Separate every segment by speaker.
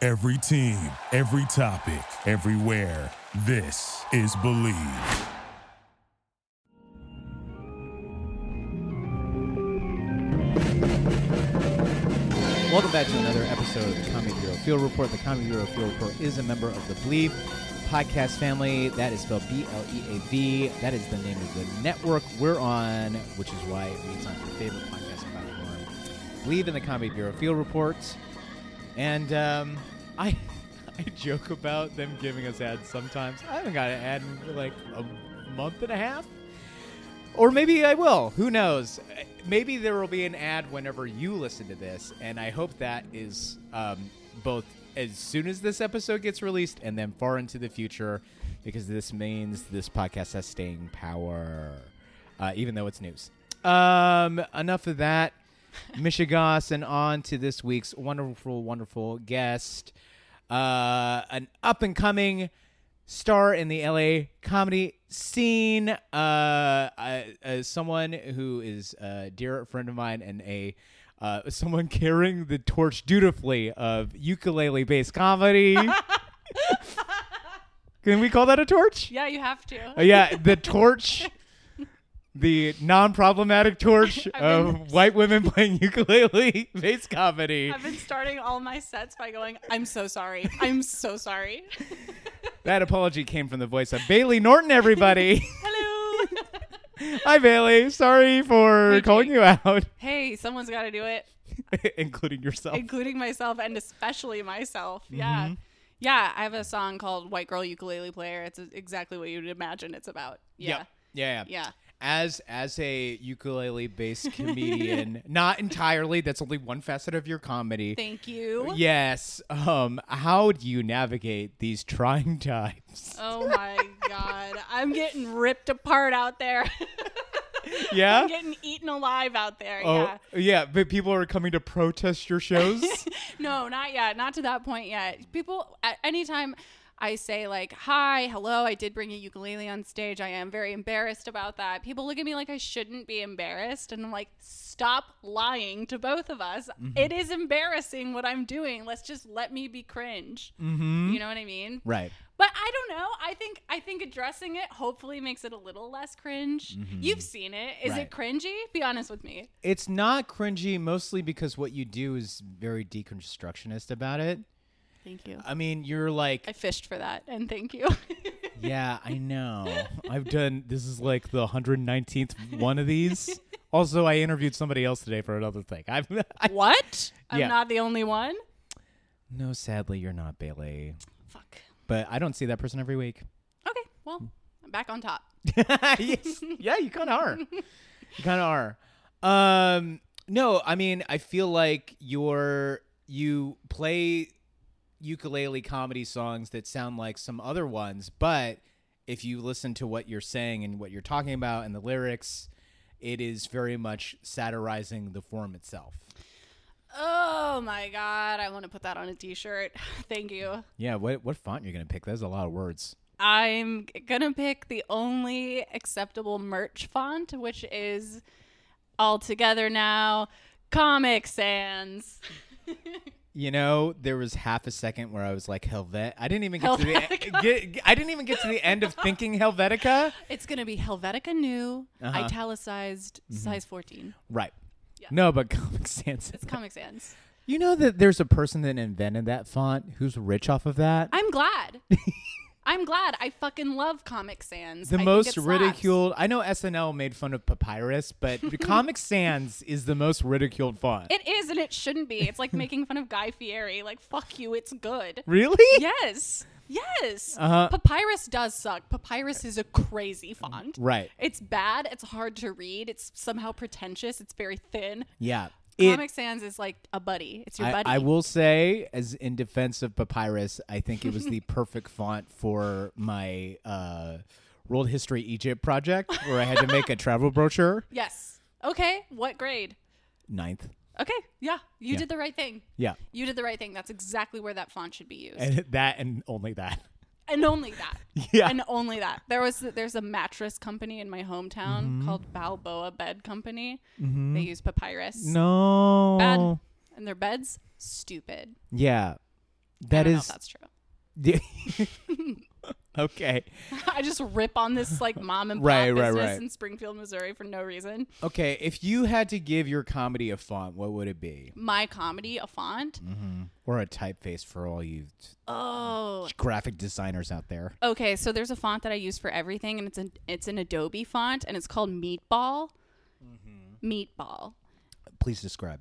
Speaker 1: Every team, every topic, everywhere. This is Believe.
Speaker 2: Welcome back to another episode of the Comedy Bureau Field Report. The Comedy Bureau Field Report is a member of the Believe podcast family. That is spelled B L E A V. That is the name of the network we're on, which is why it's on your favorite podcast platform. Believe in the Comedy Bureau Field Report. And um, I I joke about them giving us ads sometimes. I haven't got an ad in like a month and a half. Or maybe I will. Who knows? Maybe there will be an ad whenever you listen to this, and I hope that is um, both as soon as this episode gets released and then far into the future, because this means this podcast has staying power, uh, even though it's news. Um, enough of that, Michigas, and on to this week's wonderful, wonderful guest, uh, an up and coming star in the LA comedy scene. Uh, I, uh, someone who is a dear friend of mine and a uh, someone carrying the torch dutifully of ukulele based comedy. Can we call that a torch?
Speaker 3: Yeah, you have to.
Speaker 2: Uh, yeah, the torch. The non-problematic torch
Speaker 3: I've been-
Speaker 2: of white women playing ukulele based comedy.
Speaker 3: I've been starting all my sets by going, I'm so sorry. I'm so sorry.
Speaker 2: That apology came from the voice of Bailey Norton, everybody.
Speaker 3: Hello.
Speaker 2: Hi, Bailey. Sorry for
Speaker 3: Hey,
Speaker 2: calling
Speaker 3: Jake.
Speaker 2: you out,
Speaker 3: hey, someone's got to do it,
Speaker 2: including yourself.
Speaker 3: including myself and especially myself.
Speaker 2: Mm-hmm.
Speaker 3: Yeah. Yeah, I have a song called White Girl Ukulele Player. It's e-, exactly what you'd imagine it's about. Yeah.
Speaker 2: Yep. Yeah.
Speaker 3: Yeah.
Speaker 2: As as a ukulele based comedian, not entirely. That's only one facet of your comedy.
Speaker 3: Thank you.
Speaker 2: yes. Um. How do you navigate these trying times?
Speaker 3: Oh my God. I'm getting ripped apart out there.
Speaker 2: Yeah.
Speaker 3: I'm getting eaten alive out there.
Speaker 2: Oh,
Speaker 3: Yeah.
Speaker 2: yeah, but people are coming to protest your shows.
Speaker 3: No, not yet. Not to that point yet. People, at any time I say, like, hi, hello, I did bring a ukulele on stage. I am very embarrassed about that. People look at me like I shouldn't be embarrassed. And I'm like, stop lying to both of us.
Speaker 2: Mm-hmm.
Speaker 3: It is embarrassing what I'm doing. Let's just let me be cringe. You know what I mean?
Speaker 2: Mm-hmm. right.
Speaker 3: But I don't know. I think I think addressing it hopefully makes it a little less cringe. You've seen it. Is
Speaker 2: Mm-hmm. Right.
Speaker 3: it cringy? Be honest with me.
Speaker 2: It's not cringy, mostly because what you do is very deconstructionist about it.
Speaker 3: Thank you.
Speaker 2: I mean, you're like
Speaker 3: I fished for that, and thank you.
Speaker 2: Yeah, I know. I've done this is like the 119th one of these. Also, I interviewed somebody else today for another thing. I've I,
Speaker 3: What? I'm
Speaker 2: Yeah.
Speaker 3: not the only one.
Speaker 2: No, sadly you're not Bailey,
Speaker 3: Fuck.
Speaker 2: but I don't see that person every week.
Speaker 3: Okay. Well, I'm back on top.
Speaker 2: yes. Yeah, you kind of are. You kind of are. Um no, I mean, I feel like you're you play ukulele comedy songs that sound like some other ones, but if you listen to what you're saying and what you're talking about and the lyrics, it is very much satirizing the form itself.
Speaker 3: Oh my god, I want to put that on a t-shirt. Thank you.
Speaker 2: Yeah, what what font you're gonna pick? That's a lot of words.
Speaker 3: I'm gonna pick the only acceptable merch font, which is all together now. Comic Sans.
Speaker 2: You know, there was half a second where I was like Helvet. I didn't even get to the e,
Speaker 3: Helvetica.
Speaker 2: get, I didn't even get to the end of thinking Helvetica.
Speaker 3: It's gonna be Helvetica New,
Speaker 2: Uh-huh. Mm-hmm.
Speaker 3: italicized, size 14.
Speaker 2: Right.
Speaker 3: Yeah.
Speaker 2: No, but Comic Sans.
Speaker 3: It's Comic Sans.
Speaker 2: You know that there's a person that invented that font who's rich off of that.
Speaker 3: I'm glad. I'm glad. I fucking love Comic Sans.
Speaker 2: the
Speaker 3: I think it
Speaker 2: most
Speaker 3: slaps.
Speaker 2: ridiculed. I know SNL made fun of Papyrus, but Comic Sans is the most ridiculed font.
Speaker 3: It is, and it shouldn't be. It's like making fun of Guy Fieri. Like, fuck you, it's good.
Speaker 2: really?
Speaker 3: Yes. Yes.
Speaker 2: Uh-huh.
Speaker 3: Papyrus does suck. Papyrus is a crazy font.
Speaker 2: Right.
Speaker 3: It's bad. It's hard to read. It's somehow pretentious. It's very thin.
Speaker 2: Yeah.
Speaker 3: Comic Sans is like a buddy. It's your
Speaker 2: I,
Speaker 3: buddy.
Speaker 2: I will say, as in defense of Papyrus, I think it was the perfect font for my uh, World History Egypt project, where I had to make a travel brochure.
Speaker 3: Yes. Okay. What grade?
Speaker 2: Ninth.
Speaker 3: Okay. Yeah. You
Speaker 2: Yeah.
Speaker 3: did the right thing.
Speaker 2: Yeah.
Speaker 3: You did the right thing. That's exactly where that font should be used. And,
Speaker 2: And that and only that.
Speaker 3: only that.
Speaker 2: Yeah.
Speaker 3: And only that. There was there's a mattress company in my hometown
Speaker 2: Mm-hmm.
Speaker 3: called Balboa Bed Company. They use papyrus.
Speaker 2: no.
Speaker 3: Bad. And their beds stupid.
Speaker 2: Yeah.
Speaker 3: I
Speaker 2: That
Speaker 3: don't know if
Speaker 2: is-
Speaker 3: that's true.
Speaker 2: okay.
Speaker 3: I just rip on this like mom and pop
Speaker 2: Right, right,
Speaker 3: business
Speaker 2: right.
Speaker 3: in Springfield, Missouri for no reason.
Speaker 2: Okay. If you had to give your comedy a font, what would it be?
Speaker 3: My comedy, a font.
Speaker 2: Mm-hmm. Or a typeface for all you t-
Speaker 3: Oh.
Speaker 2: graphic designers out there?
Speaker 3: Okay, so there's a font that I use for everything, and it's an it's an Adobe font, and it's called Meatball.
Speaker 2: Mm-hmm.
Speaker 3: Meatball.
Speaker 2: Please describe.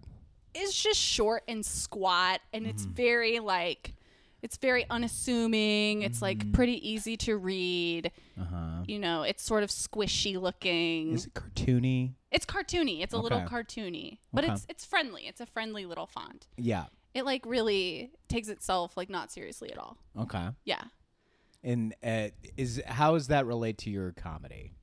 Speaker 3: It's just short and squat, and it's
Speaker 2: Mm-hmm.
Speaker 3: very like, it's very unassuming. It's
Speaker 2: Mm-hmm.
Speaker 3: like pretty easy to read.
Speaker 2: Uh huh.
Speaker 3: You know, it's sort of squishy looking.
Speaker 2: Is it cartoony?
Speaker 3: It's cartoony. It's a little
Speaker 2: Okay.
Speaker 3: cartoony, but
Speaker 2: Okay.
Speaker 3: it's it's friendly. It's a friendly little font.
Speaker 2: Yeah.
Speaker 3: It like really takes itself like not seriously at all.
Speaker 2: Okay.
Speaker 3: Yeah.
Speaker 2: And uh, is how does that relate to your comedy?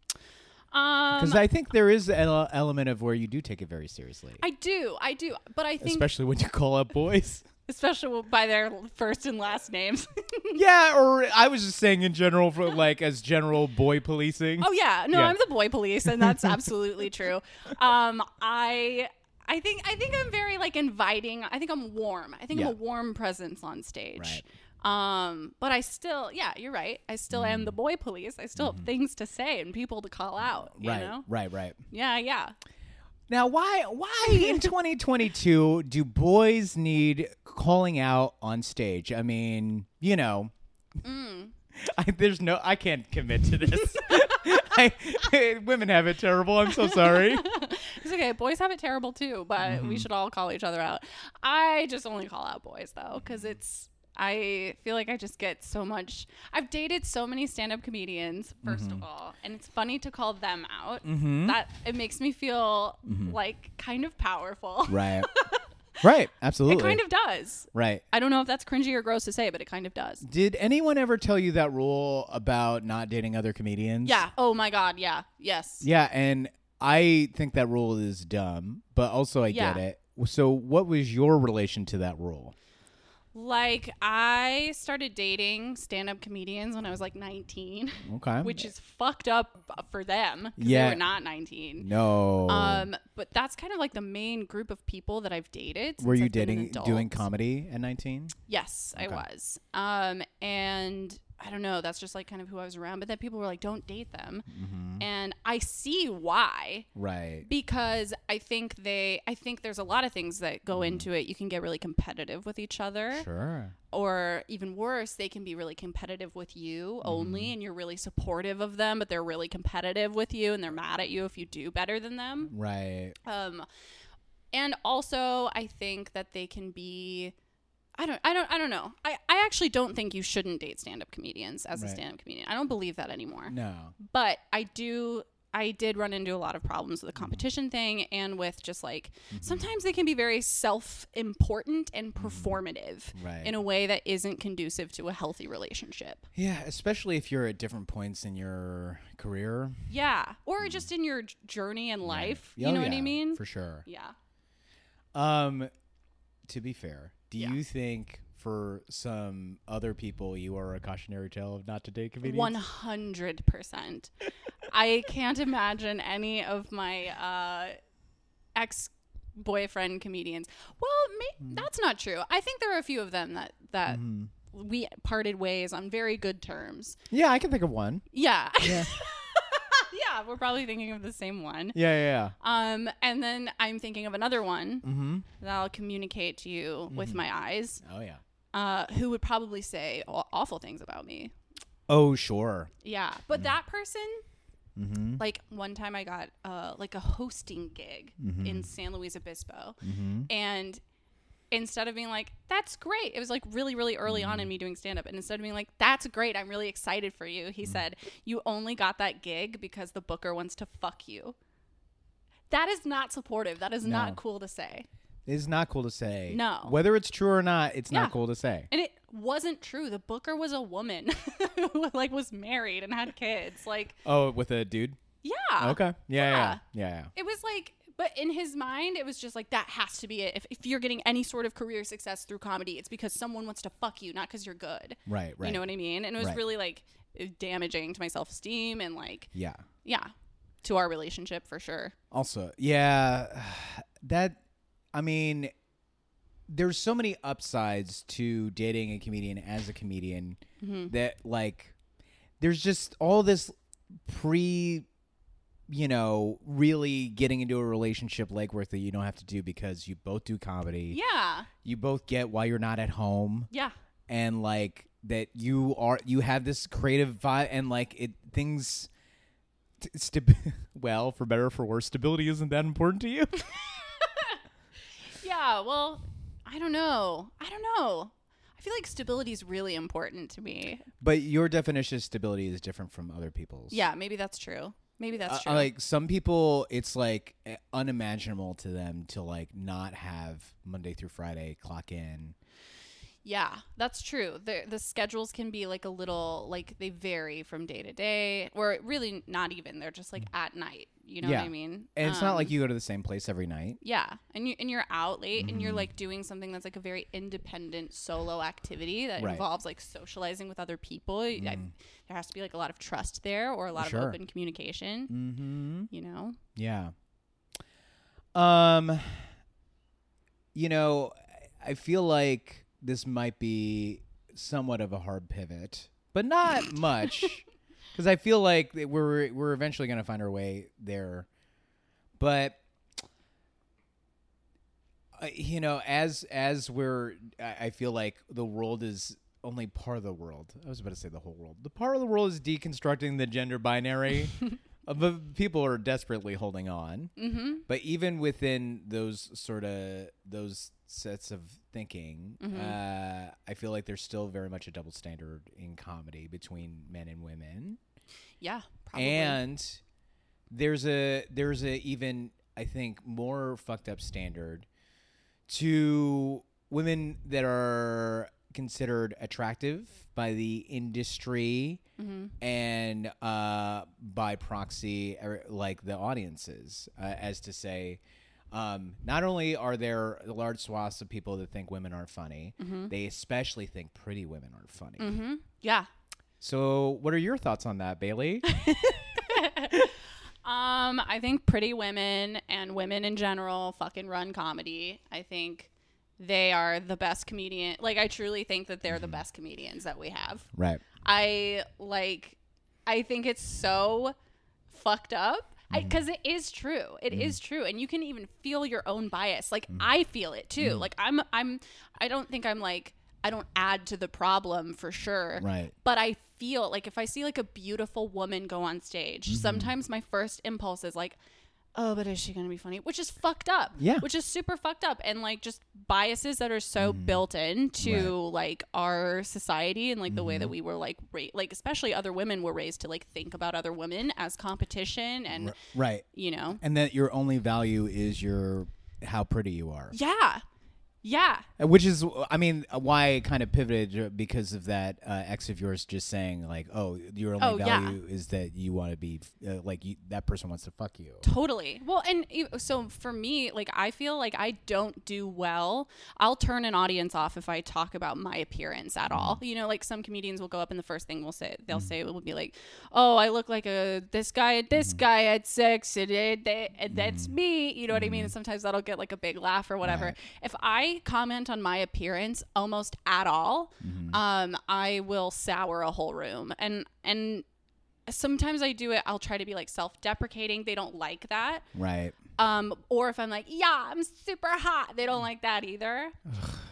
Speaker 3: Um
Speaker 2: Because I think there is an ele- element of where you do take it very seriously,
Speaker 3: I do. I do. But I think
Speaker 2: especially when you call up boys.
Speaker 3: especially by their first and last names.
Speaker 2: yeah, or I was just saying in general for like as general boy policing.
Speaker 3: oh yeah, no,
Speaker 2: Yeah.
Speaker 3: I'm the boy police, and that's absolutely true. Um, I I think I think I'm very like inviting. I think I'm warm. I think
Speaker 2: Yeah.
Speaker 3: I'm a warm presence on stage. Um, but I still, yeah, you're right. I still am
Speaker 2: Mm.
Speaker 3: the boy police. I still have things to say and people to call out.
Speaker 2: Mm-hmm.
Speaker 3: You
Speaker 2: right,
Speaker 3: know?
Speaker 2: right, right.
Speaker 3: Yeah, yeah.
Speaker 2: Now, why why in 2022 do boys need calling out on stage? I mean, you know,
Speaker 3: Mm.
Speaker 2: I, there's no I can't commit to this. I, women have it terrible. I'm so sorry.
Speaker 3: It's okay. Boys have it terrible too, but
Speaker 2: Mm-hmm.
Speaker 3: we should all call each other out. I just only call out boys though, because it's. I feel like I just get so much. I've dated so many stand-up comedians, 1st
Speaker 2: Mm-hmm.
Speaker 3: of all, and it's funny to call them out. That it makes me feel
Speaker 2: Mm-hmm.
Speaker 3: like kind of powerful.
Speaker 2: Right, right, absolutely.
Speaker 3: It kind of does.
Speaker 2: right.
Speaker 3: I don't know if that's cringy or gross to say, but it kind of does.
Speaker 2: Did anyone ever tell you that rule about not dating other comedians?
Speaker 3: Yeah. Oh my God. Yeah. Yes.
Speaker 2: Yeah, and I think that rule is dumb, but also I get
Speaker 3: Yeah.
Speaker 2: it. So, what was your relation to that rule?
Speaker 3: Like I started dating stand-up comedians when I was like 19.
Speaker 2: Okay.
Speaker 3: which is fucked up for them. 'cause
Speaker 2: Um, Yeah.
Speaker 3: they were not 19.
Speaker 2: no.
Speaker 3: Um, but that's kind of like the main group of people that I've dated. Since
Speaker 2: Were you
Speaker 3: I've been an
Speaker 2: dating doing
Speaker 3: adult.
Speaker 2: comedy at 19?
Speaker 3: Yes, I
Speaker 2: Okay.
Speaker 3: was. Um, and I don't know. That's just like kind of who I was around. But then people were like, "Don't date them,"
Speaker 2: Mm-hmm.
Speaker 3: and I see why
Speaker 2: Right.
Speaker 3: because I think they. I think there's a lot of things that
Speaker 2: Mm-hmm.
Speaker 3: go into it. You can get really competitive with each other
Speaker 2: Sure.
Speaker 3: or even worse, they can be really competitive with you only, and you're really supportive of them, but they're really competitive with you, and they're mad at you if you do better than them.
Speaker 2: Right.
Speaker 3: Um, and also, I think that they can be. I don't, I don't, I don't know. I, I actually don't think you shouldn't date stand up comedians as
Speaker 2: Right.
Speaker 3: a stand up comedian. I don't believe that anymore.
Speaker 2: No.
Speaker 3: But I do, I did run into a lot of problems with the competition thing and with just like sometimes they can be very self important and performative
Speaker 2: Right.
Speaker 3: in a way that isn't conducive to a healthy relationship.
Speaker 2: yeah, especially if you're at different points in your career.
Speaker 3: Yeah. Or just in your j- journey in life.
Speaker 2: Oh,
Speaker 3: You know what
Speaker 2: yeah,
Speaker 3: I mean?
Speaker 2: For sure.
Speaker 3: Yeah.
Speaker 2: Um to be fair, do
Speaker 3: Yeah.
Speaker 2: you think for some other people you are a cautionary tale of not to date comedians?
Speaker 3: 100%. I can't imagine any of my uh, ex boyfriend comedians. Well, may- that's not true. I think there are a few of them that, that we parted ways on very good terms.
Speaker 2: Yeah, I can think of one.
Speaker 3: Yeah.
Speaker 2: Yeah.
Speaker 3: yeah, we're probably thinking of the same one.
Speaker 2: Yeah, yeah,
Speaker 3: Um, and then I'm thinking of another one
Speaker 2: yeah. Mm-hmm.
Speaker 3: that I'll communicate to you with my eyes,
Speaker 2: Oh yeah.
Speaker 3: uh, who would probably say aw- awful things about me.
Speaker 2: Oh sure.
Speaker 3: Yeah, but that person,
Speaker 2: Mm-hmm.
Speaker 3: like one time, I got uh, like a hosting gig
Speaker 2: Mm-hmm.
Speaker 3: in San Luis Obispo, and instead of being like, "That's great," it was like really, really early on in
Speaker 2: Mm-hmm.
Speaker 3: me doing stand up, and instead of being like, "That's great," I'm really excited for you,
Speaker 2: Mm.
Speaker 3: he said, "You only got that gig because the booker wants to fuck you." That is not supportive. That is
Speaker 2: No.
Speaker 3: not cool to say.
Speaker 2: It's not cool to say.
Speaker 3: No.
Speaker 2: Whether it's true or not, it's
Speaker 3: Yeah.
Speaker 2: not cool to say.
Speaker 3: and it wasn't true the booker was a woman who like was married and had kids like
Speaker 2: Oh, with a dude.
Speaker 3: yeah
Speaker 2: Okay. Yeah, yeah,
Speaker 3: Uh, yeah.
Speaker 2: yeah, yeah.
Speaker 3: it was like but in his mind it was just like that has to be it if, if you're getting any sort of career success through comedy it's because someone wants to fuck you not because you're good
Speaker 2: Right, right.
Speaker 3: you know what i mean and it was
Speaker 2: Right.
Speaker 3: really like damaging to my self-esteem and like
Speaker 2: Yeah.
Speaker 3: yeah to our relationship for sure
Speaker 2: Also, yeah, that I mean, there's so many upsides to dating a comedian as a comedian that like there's just all this pre you know really getting into a relationship legwork that you don't have to do because you both do comedy
Speaker 3: Yeah.
Speaker 2: you both get why you're not at home
Speaker 3: Yeah.
Speaker 2: and like that you are you have this creative vibe and like it things t- stab- well for better or for worse stability isn't that important to you
Speaker 3: Yeah. Well, I don't know. I don't know. I feel like stability is really important to me.
Speaker 2: but your definition of stability is different from other people's
Speaker 3: Yeah. Maybe that's true. Maybe that's
Speaker 2: Uh,
Speaker 3: true.
Speaker 2: like some people it's like uh, unimaginable to them to like not have monday through friday clock in
Speaker 3: Yeah, that's true. The the schedules can be like a little like they vary from day to day, or really not even. They're just like at night. You know what
Speaker 2: Yeah.
Speaker 3: I mean?
Speaker 2: and it's not like
Speaker 3: Um,
Speaker 2: you go to the same place every night
Speaker 3: Yeah, and you and you're out late, and
Speaker 2: Mm.
Speaker 3: you're like doing something that's like a very independent solo activity that
Speaker 2: Right. Mm.
Speaker 3: involves like socializing with other people. I- there has to be like a lot of trust there, or a lot
Speaker 2: Sure.
Speaker 3: of open communication.
Speaker 2: mm-hmm
Speaker 3: You know?
Speaker 2: Yeah. Um you know, I- I feel like this might be somewhat of a hard pivot, but not much cuz I feel like that we're we're eventually going to find our way there. But uh, you know, as as we're I, I feel like the world is only part of the world. I was about to say the whole world. The part of the world is deconstructing the gender binary. Uh, But people are desperately holding on.
Speaker 3: Mm-hmm.
Speaker 2: But even within those sort of those sets of thinking, uh, I feel like there's still very much a double standard in comedy between men and women,
Speaker 3: Yeah, probably.
Speaker 2: and there's a there's a even I think more fucked up standard to women that are considered attractive by the industry
Speaker 3: hmm
Speaker 2: and uh, by proxy, er, like the audiences, uh, as to say, um, not only are there large swaths of people that think women aren't funny, they especially think pretty women aren't funny.
Speaker 3: hmm Yeah.
Speaker 2: So, what are your thoughts on that, Bailey?
Speaker 3: Um, I think pretty women and women in general fucking run comedy. I think they are the best comedian. Like I truly think that they're the best comedians that we have.
Speaker 2: right.
Speaker 3: I like I think it's so fucked up because it is true. It is true, and you can even feel your own bias. Like I feel it too. Like I'm, I'm, I don't think I'm like I don't add to the problem for sure.
Speaker 2: Right.
Speaker 3: But I feel like if I see like a beautiful woman go on stage, sometimes my first impulse is like. Oh, but is she going to be funny? Which is fucked up.
Speaker 2: Yeah.
Speaker 3: Which is super fucked up. And like just biases that are so built in to
Speaker 2: Mm. Right. Mm-hmm.
Speaker 3: like our society and like the way that we were like ra- like especially other women were raised to like think about other women as competition and
Speaker 2: R- right.
Speaker 3: you know
Speaker 2: And that your only value is your how pretty you are.
Speaker 3: yeah yeah
Speaker 2: Which is, I mean, why I kind of pivoted because of that uh, ex of yours just saying like, "Oh, your only
Speaker 3: Oh, yeah.
Speaker 2: value is that you want to be uh, like you, that person wants to fuck you."
Speaker 3: totally well and e- so for me like i feel like i don't do well i'll turn an audience off if i talk about my appearance at all you know like some comedians will go up and the first thing we'll say they'll say it will be like oh i look like a this guy this guy had sex and, it- that- and that's me you know what i mean and sometimes that'll get like a big laugh or whatever if i comment on my appearance almost at all
Speaker 2: Mm-hmm.
Speaker 3: um i will sour a whole room and and sometimes I do it. I'll try to be like self-deprecating. They don't like that.
Speaker 2: Right.
Speaker 3: Um, or if I'm like, yeah, I'm super hot, they don't like that either.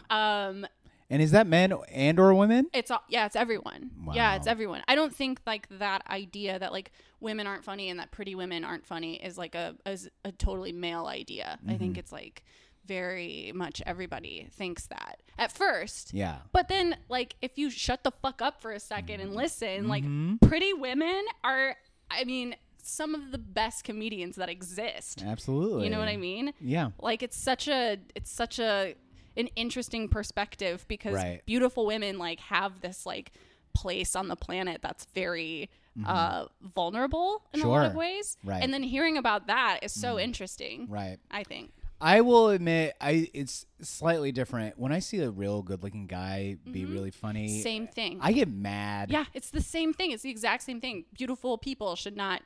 Speaker 3: um,
Speaker 2: And is that men and or women?
Speaker 3: it's all, yeah, it's everyone. Yeah, it's
Speaker 2: Wow.
Speaker 3: everyone. I don't think like that idea that like women aren't funny and that pretty women aren't funny is like a is a totally male idea. I think it's like very much everybody thinks that at first.
Speaker 2: Yeah.
Speaker 3: But then, like, if you shut the fuck up for a second and listen, like,
Speaker 2: Mm-hmm.
Speaker 3: pretty women are, I mean, some of the best comedians that exist.
Speaker 2: Absolutely.
Speaker 3: You know what I mean?
Speaker 2: Yeah.
Speaker 3: Like, it's such a, it's such a, an interesting perspective because
Speaker 2: Right.
Speaker 3: beautiful women like have this like place on the planet that's very uh vulnerable in a lot of
Speaker 2: Mm-hmm. Sure.
Speaker 3: ways.
Speaker 2: Right. Mm-hmm.
Speaker 3: And then hearing about that is so interesting.
Speaker 2: Right.
Speaker 3: I think.
Speaker 2: I will admit, I it's slightly different when I see a real good-looking guy be really funny.
Speaker 3: Mm-hmm. Same thing.
Speaker 2: I get mad.
Speaker 3: Yeah, it's the same thing. It's the exact same thing. Beautiful people should not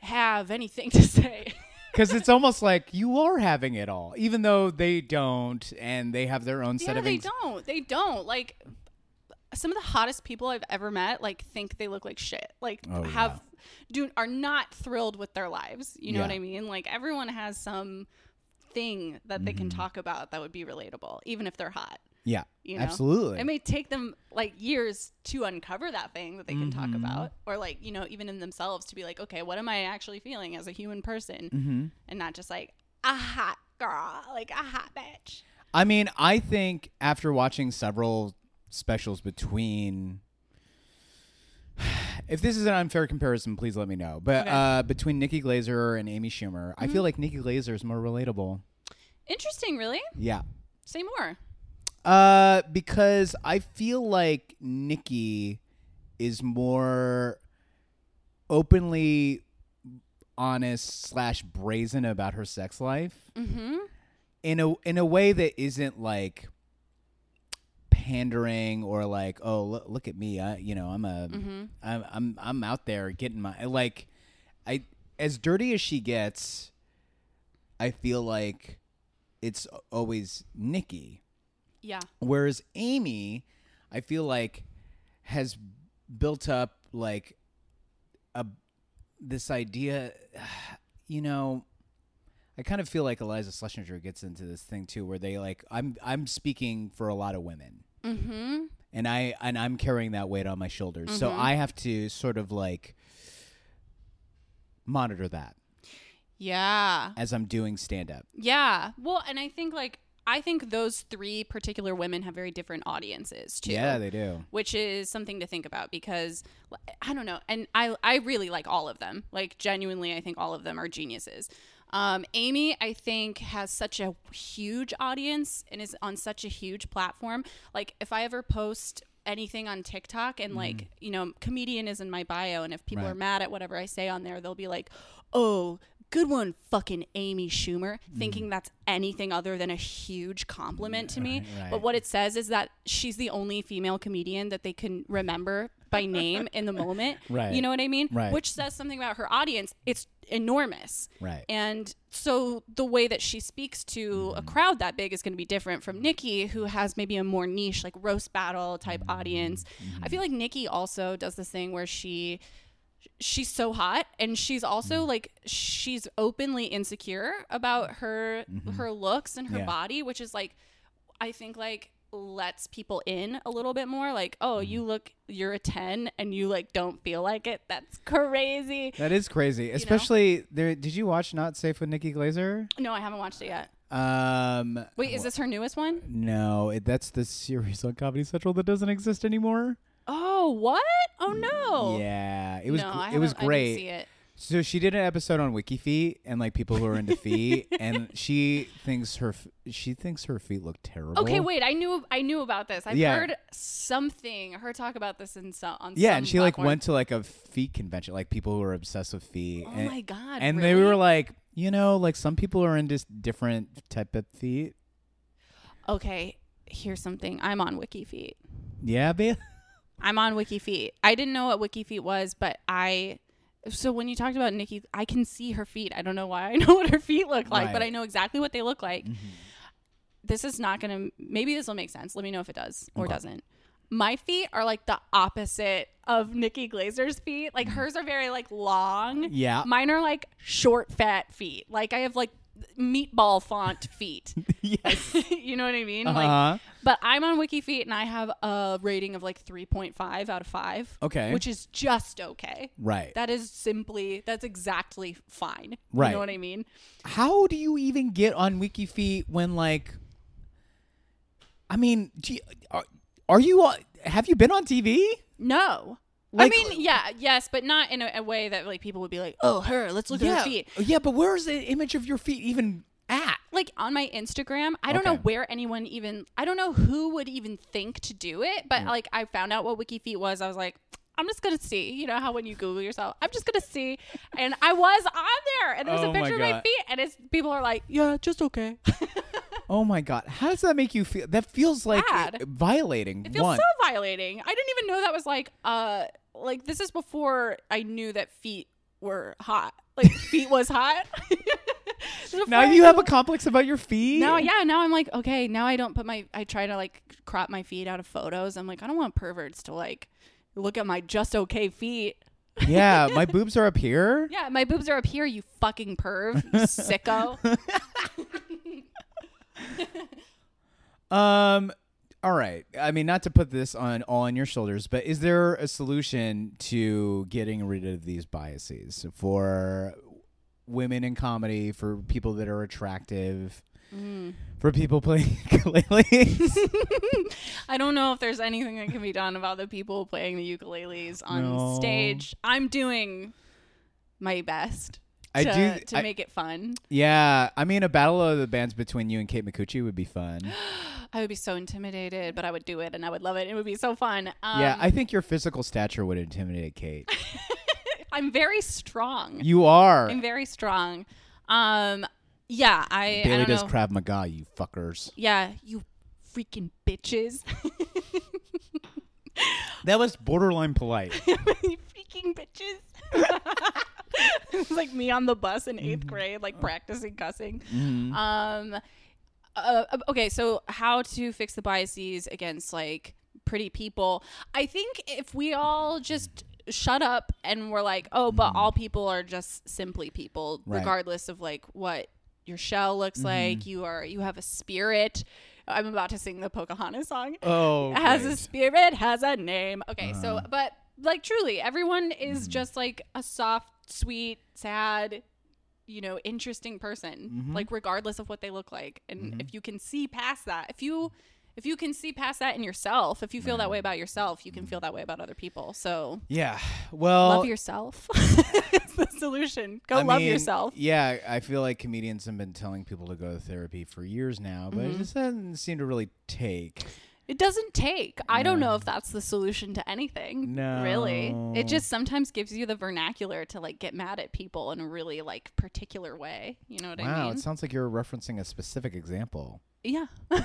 Speaker 3: have anything to say.
Speaker 2: Because it's almost like you are having it all, even though they don't, and they have their own set
Speaker 3: yeah,
Speaker 2: of
Speaker 3: they
Speaker 2: anx-
Speaker 3: don't. They don't. Like some of the hottest people I've ever met, like think they look like shit. Like
Speaker 2: Oh,
Speaker 3: have do are not thrilled with their lives. You know what
Speaker 2: Yeah.
Speaker 3: I mean? Like everyone has some thing that they
Speaker 2: Mm-hmm.
Speaker 3: can talk about that would be relatable, even if they're hot.
Speaker 2: Yeah,
Speaker 3: You know?
Speaker 2: absolutely.
Speaker 3: It may take them like years to uncover that thing that they can talk
Speaker 2: Mm-hmm.
Speaker 3: about, or like you know, even in themselves to be like, okay, what am I actually feeling as a human person,
Speaker 2: Mm-hmm.
Speaker 3: and not just like a hot girl, like a hot bitch.
Speaker 2: I mean, I think after watching several specials between. If this is an unfair comparison, please let me know. But
Speaker 3: Okay. Mm-hmm.
Speaker 2: uh, between Nikki Glazer and Amy Schumer, I feel like Nikki Glazer is more relatable.
Speaker 3: Interesting, really.
Speaker 2: Yeah.
Speaker 3: Say more.
Speaker 2: Uh, because I feel like Nikki is more openly honest slash brazen about her sex life
Speaker 3: Mm-hmm.
Speaker 2: in a in a way that isn't like pandering or like oh look, look at me I you know I'm a
Speaker 3: Mhm.
Speaker 2: am I'm I'm out there getting my like I as dirty as she gets I feel like it's always Nikki
Speaker 3: Yeah.
Speaker 2: Whereas Amy, I feel like has built up like a this idea, you know, I kind of feel like Eliza Schlesinger gets into this thing too where they like I'm I'm speaking for a lot of women
Speaker 3: Mm-hmm.
Speaker 2: and I and I'm carrying that weight on my shoulders. So I have to sort of like monitor that
Speaker 3: Yeah.
Speaker 2: as I'm doing stand up.
Speaker 3: Yeah. Well, and I think like I think those three particular women have very different audiences too.
Speaker 2: Yeah, they do.
Speaker 3: which is something to think about because I don't know, and I I really like all of them. Like genuinely, I think all of them are geniuses. Um, Amy, I think, has such a huge audience and is on such a huge platform. Like if I ever post anything on TikTok and like you know comedian is in my bio, and if people
Speaker 2: Mm. Right.
Speaker 3: are mad at whatever I say on there, they'll be like, oh. Good one, fucking Amy Schumer, thinking that's anything other than a huge compliment to me.
Speaker 2: Mm. Right, right.
Speaker 3: But what it says is that she's the only female comedian that they can remember by name in the moment.
Speaker 2: Right.
Speaker 3: You know what I mean?
Speaker 2: Right.
Speaker 3: Which says something about her audience. It's enormous.
Speaker 2: Right.
Speaker 3: And so the way that she speaks to a crowd that big is going to be different from Nikki, who has maybe a more niche, like roast battle type audience. I feel like Nikki also does this thing where she she's so hot and she's also like she's openly insecure about her her looks and her
Speaker 2: Yeah.
Speaker 3: body which is like i think like lets people in a little bit more like oh you look you're a 10 and you like don't feel like it that's crazy
Speaker 2: That is crazy. Especially there did you watch Not Safe with Nikki Glazer?
Speaker 3: no i haven't watched it yet
Speaker 2: Um
Speaker 3: wait is this her newest one?
Speaker 2: No, it, that's the series on Comedy Central that doesn't exist anymore.
Speaker 3: Oh, what oh no
Speaker 2: Yeah, it was
Speaker 3: no,
Speaker 2: gr-
Speaker 3: I
Speaker 2: it was
Speaker 3: haven't- I
Speaker 2: great.
Speaker 3: didn't see it.
Speaker 2: So she did an episode on Wiki feet and like people who are into feet, and she thinks her f- she thinks her feet look terrible.
Speaker 3: Okay, wait. I knew I knew about this. I've
Speaker 2: Yeah.
Speaker 3: heard something her talk about this in some on
Speaker 2: Yeah,
Speaker 3: some
Speaker 2: and she like
Speaker 3: platform.
Speaker 2: went to like a feet convention, like people who are obsessed with feet.
Speaker 3: Oh
Speaker 2: and,
Speaker 3: my God,
Speaker 2: And they were
Speaker 3: really?
Speaker 2: like, you know, like some people are into s- different type of feet.
Speaker 3: okay, here's something. I'm on WikiFeet.
Speaker 2: Yeah, babe.
Speaker 3: I'm on WikiFeet. I didn't know what WikiFeet was, but I. So when you talked about Nikki, I can see her feet. I don't know why I know what her feet look like, but
Speaker 2: Right. Mm-hmm.
Speaker 3: I know exactly what they look like. This is not going to. Maybe this will make sense. Let me know if it does or doesn't. My feet are like the opposite of Nikki Glazer's feet. Like hers are very like long.
Speaker 2: Yeah.
Speaker 3: Mine are like short, fat feet. Like I have like meatball font feet.
Speaker 2: yes.
Speaker 3: you know what I mean? Like
Speaker 2: Uh-huh.
Speaker 3: but I'm on WikiFeet and I have a rating of like 3.5 out of 5.
Speaker 2: Okay.
Speaker 3: Which is just okay.
Speaker 2: right.
Speaker 3: That is simply, that's exactly fine. You
Speaker 2: Right.
Speaker 3: know what I mean?
Speaker 2: how do you even get on WikiFeet when like I mean, do you, are, are you on- have you been on TV?
Speaker 3: No.
Speaker 2: Like- uh,
Speaker 3: I mean, yeah, yes, but not in a, a way that like people would be like, oh, her, let's look at her feet.
Speaker 2: Yeah, but where's the image of your feet even at?
Speaker 3: Like on my Instagram, I don't know
Speaker 2: Okay.
Speaker 3: where anyone even, I don't know who would even think to do it, but
Speaker 2: Mm.
Speaker 3: like I found out what WikiFeet was. I was like, I'm just gonna see, you know how when you Google yourself, I'm just gonna see, and I was on there, and there's
Speaker 2: Oh
Speaker 3: a
Speaker 2: my
Speaker 3: picture of my
Speaker 2: God.
Speaker 3: feet, and it's people are like, yeah, just okay.
Speaker 2: Oh my god, how does that make you feel? That feels like
Speaker 3: Bad.
Speaker 2: violating
Speaker 3: It feels
Speaker 2: one.
Speaker 3: so violating. I didn't even know that was like uh like this is before I knew that feet were hot. Like feet was hot.
Speaker 2: Now you have a complex about your feet.
Speaker 3: Now, yeah, now I'm like, okay, now I don't put my, I try to like crop my feet out of photos. I'm like, I don't want perverts to like look at my just okay feet.
Speaker 2: Yeah, my boobs are up here.
Speaker 3: Yeah, my boobs are up here, you fucking perv, you sicko.
Speaker 2: Um, all right. I mean, not to put this on all on your shoulders, but is there a solution to getting rid of these biases for women in comedy, for people that are attractive,
Speaker 3: Mm.
Speaker 2: for people playing ukuleles?
Speaker 3: I don't know if there's anything that can be done about the people playing the ukuleles on
Speaker 2: No.
Speaker 3: stage. I'm doing my best
Speaker 2: I
Speaker 3: to,
Speaker 2: do-
Speaker 3: to
Speaker 2: I-
Speaker 3: make it fun.
Speaker 2: yeah, I mean, a battle of the bands between you and Kate McCucci would be fun.
Speaker 3: I would be so intimidated, but I would do it and I would love it. It would be so fun. Um,
Speaker 2: yeah, I think your physical stature would intimidate Kate.
Speaker 3: I'm very strong.
Speaker 2: You are.
Speaker 3: I'm very strong. Um, yeah, I, I
Speaker 2: Bailey
Speaker 3: don't
Speaker 2: does
Speaker 3: know.
Speaker 2: Krav Maga, you fuckers.
Speaker 3: Yeah, you freaking bitches.
Speaker 2: That was borderline polite.
Speaker 3: you freaking bitches. it's like me on the bus in eighth grade, like practicing cussing. Um, uh, okay, so how to fix the biases against like pretty people? I think if we all just shut up and we're like, oh, but all people are just simply people,
Speaker 2: Right.
Speaker 3: regardless of like what your shell looks like. You are you have a spirit. I'm about to sing the Pocahontas song
Speaker 2: oh,
Speaker 3: has a
Speaker 2: great.
Speaker 3: spirit, has a name. Okay, so
Speaker 2: Uh-huh.
Speaker 3: but like truly, everyone is
Speaker 2: Mm-hmm.
Speaker 3: just like a soft, sweet, sad, you know, interesting person,
Speaker 2: Mm-hmm.
Speaker 3: like regardless of what they look like. And if you can see past that, if you if you can see past that in yourself, if you feel that way about yourself, you can feel that way about other people. So
Speaker 2: yeah. Mm-hmm. Well,
Speaker 3: love yourself. it's the solution. Go
Speaker 2: I
Speaker 3: love
Speaker 2: mean,
Speaker 3: yourself.
Speaker 2: Yeah, I feel like comedians have been telling people to go to therapy for years now, but
Speaker 3: Mm-hmm.
Speaker 2: it just doesn't seem to really take.
Speaker 3: It doesn't take. I don't know if that's the solution to anything. Really.
Speaker 2: No.
Speaker 3: It just sometimes gives you the vernacular to like get mad at people in a really like particular way. You know what
Speaker 2: wow,
Speaker 3: I mean?
Speaker 2: it sounds like you're referencing a specific example.
Speaker 3: yeah.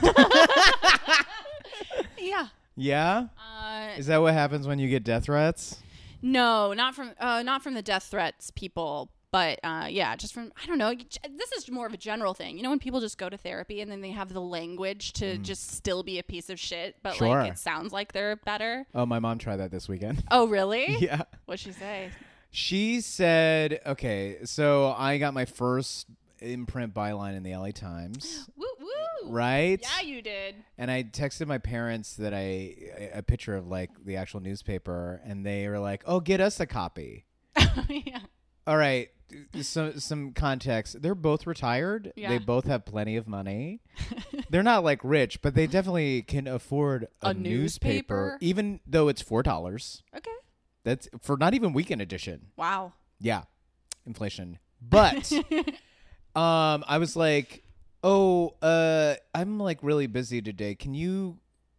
Speaker 3: yeah.
Speaker 2: Yeah?
Speaker 3: Uh,
Speaker 2: Is that what happens when you get death threats?
Speaker 3: no, not from uh, not from the death threats people, but uh, yeah, just from I don't know. This is more of a general thing. You know when people just go to therapy and then they have the language to just still be a piece of shit, but
Speaker 2: Mm. Sure.
Speaker 3: like it sounds like they're better.
Speaker 2: Oh, my mom tried that this weekend.
Speaker 3: Oh, really?
Speaker 2: yeah.
Speaker 3: What'd she say?
Speaker 2: She said, okay, so I got my first imprint byline in the LA Times,
Speaker 3: Woo woo.
Speaker 2: right?
Speaker 3: Yeah, you did.
Speaker 2: and I texted my parents that I a picture of like the actual newspaper, and they were like, "Oh, get us a copy."
Speaker 3: yeah.
Speaker 2: All right, some some context. They're both retired.
Speaker 3: Yeah.
Speaker 2: They both have plenty of money. They're not like rich, but they definitely can afford a,
Speaker 3: A newspaper?
Speaker 2: even though it's four dollars.
Speaker 3: Okay.
Speaker 2: That's for not even weekend edition.
Speaker 3: Wow.
Speaker 2: Yeah, inflation. But um, I was like, oh, uh, I'm like really busy today. Can you?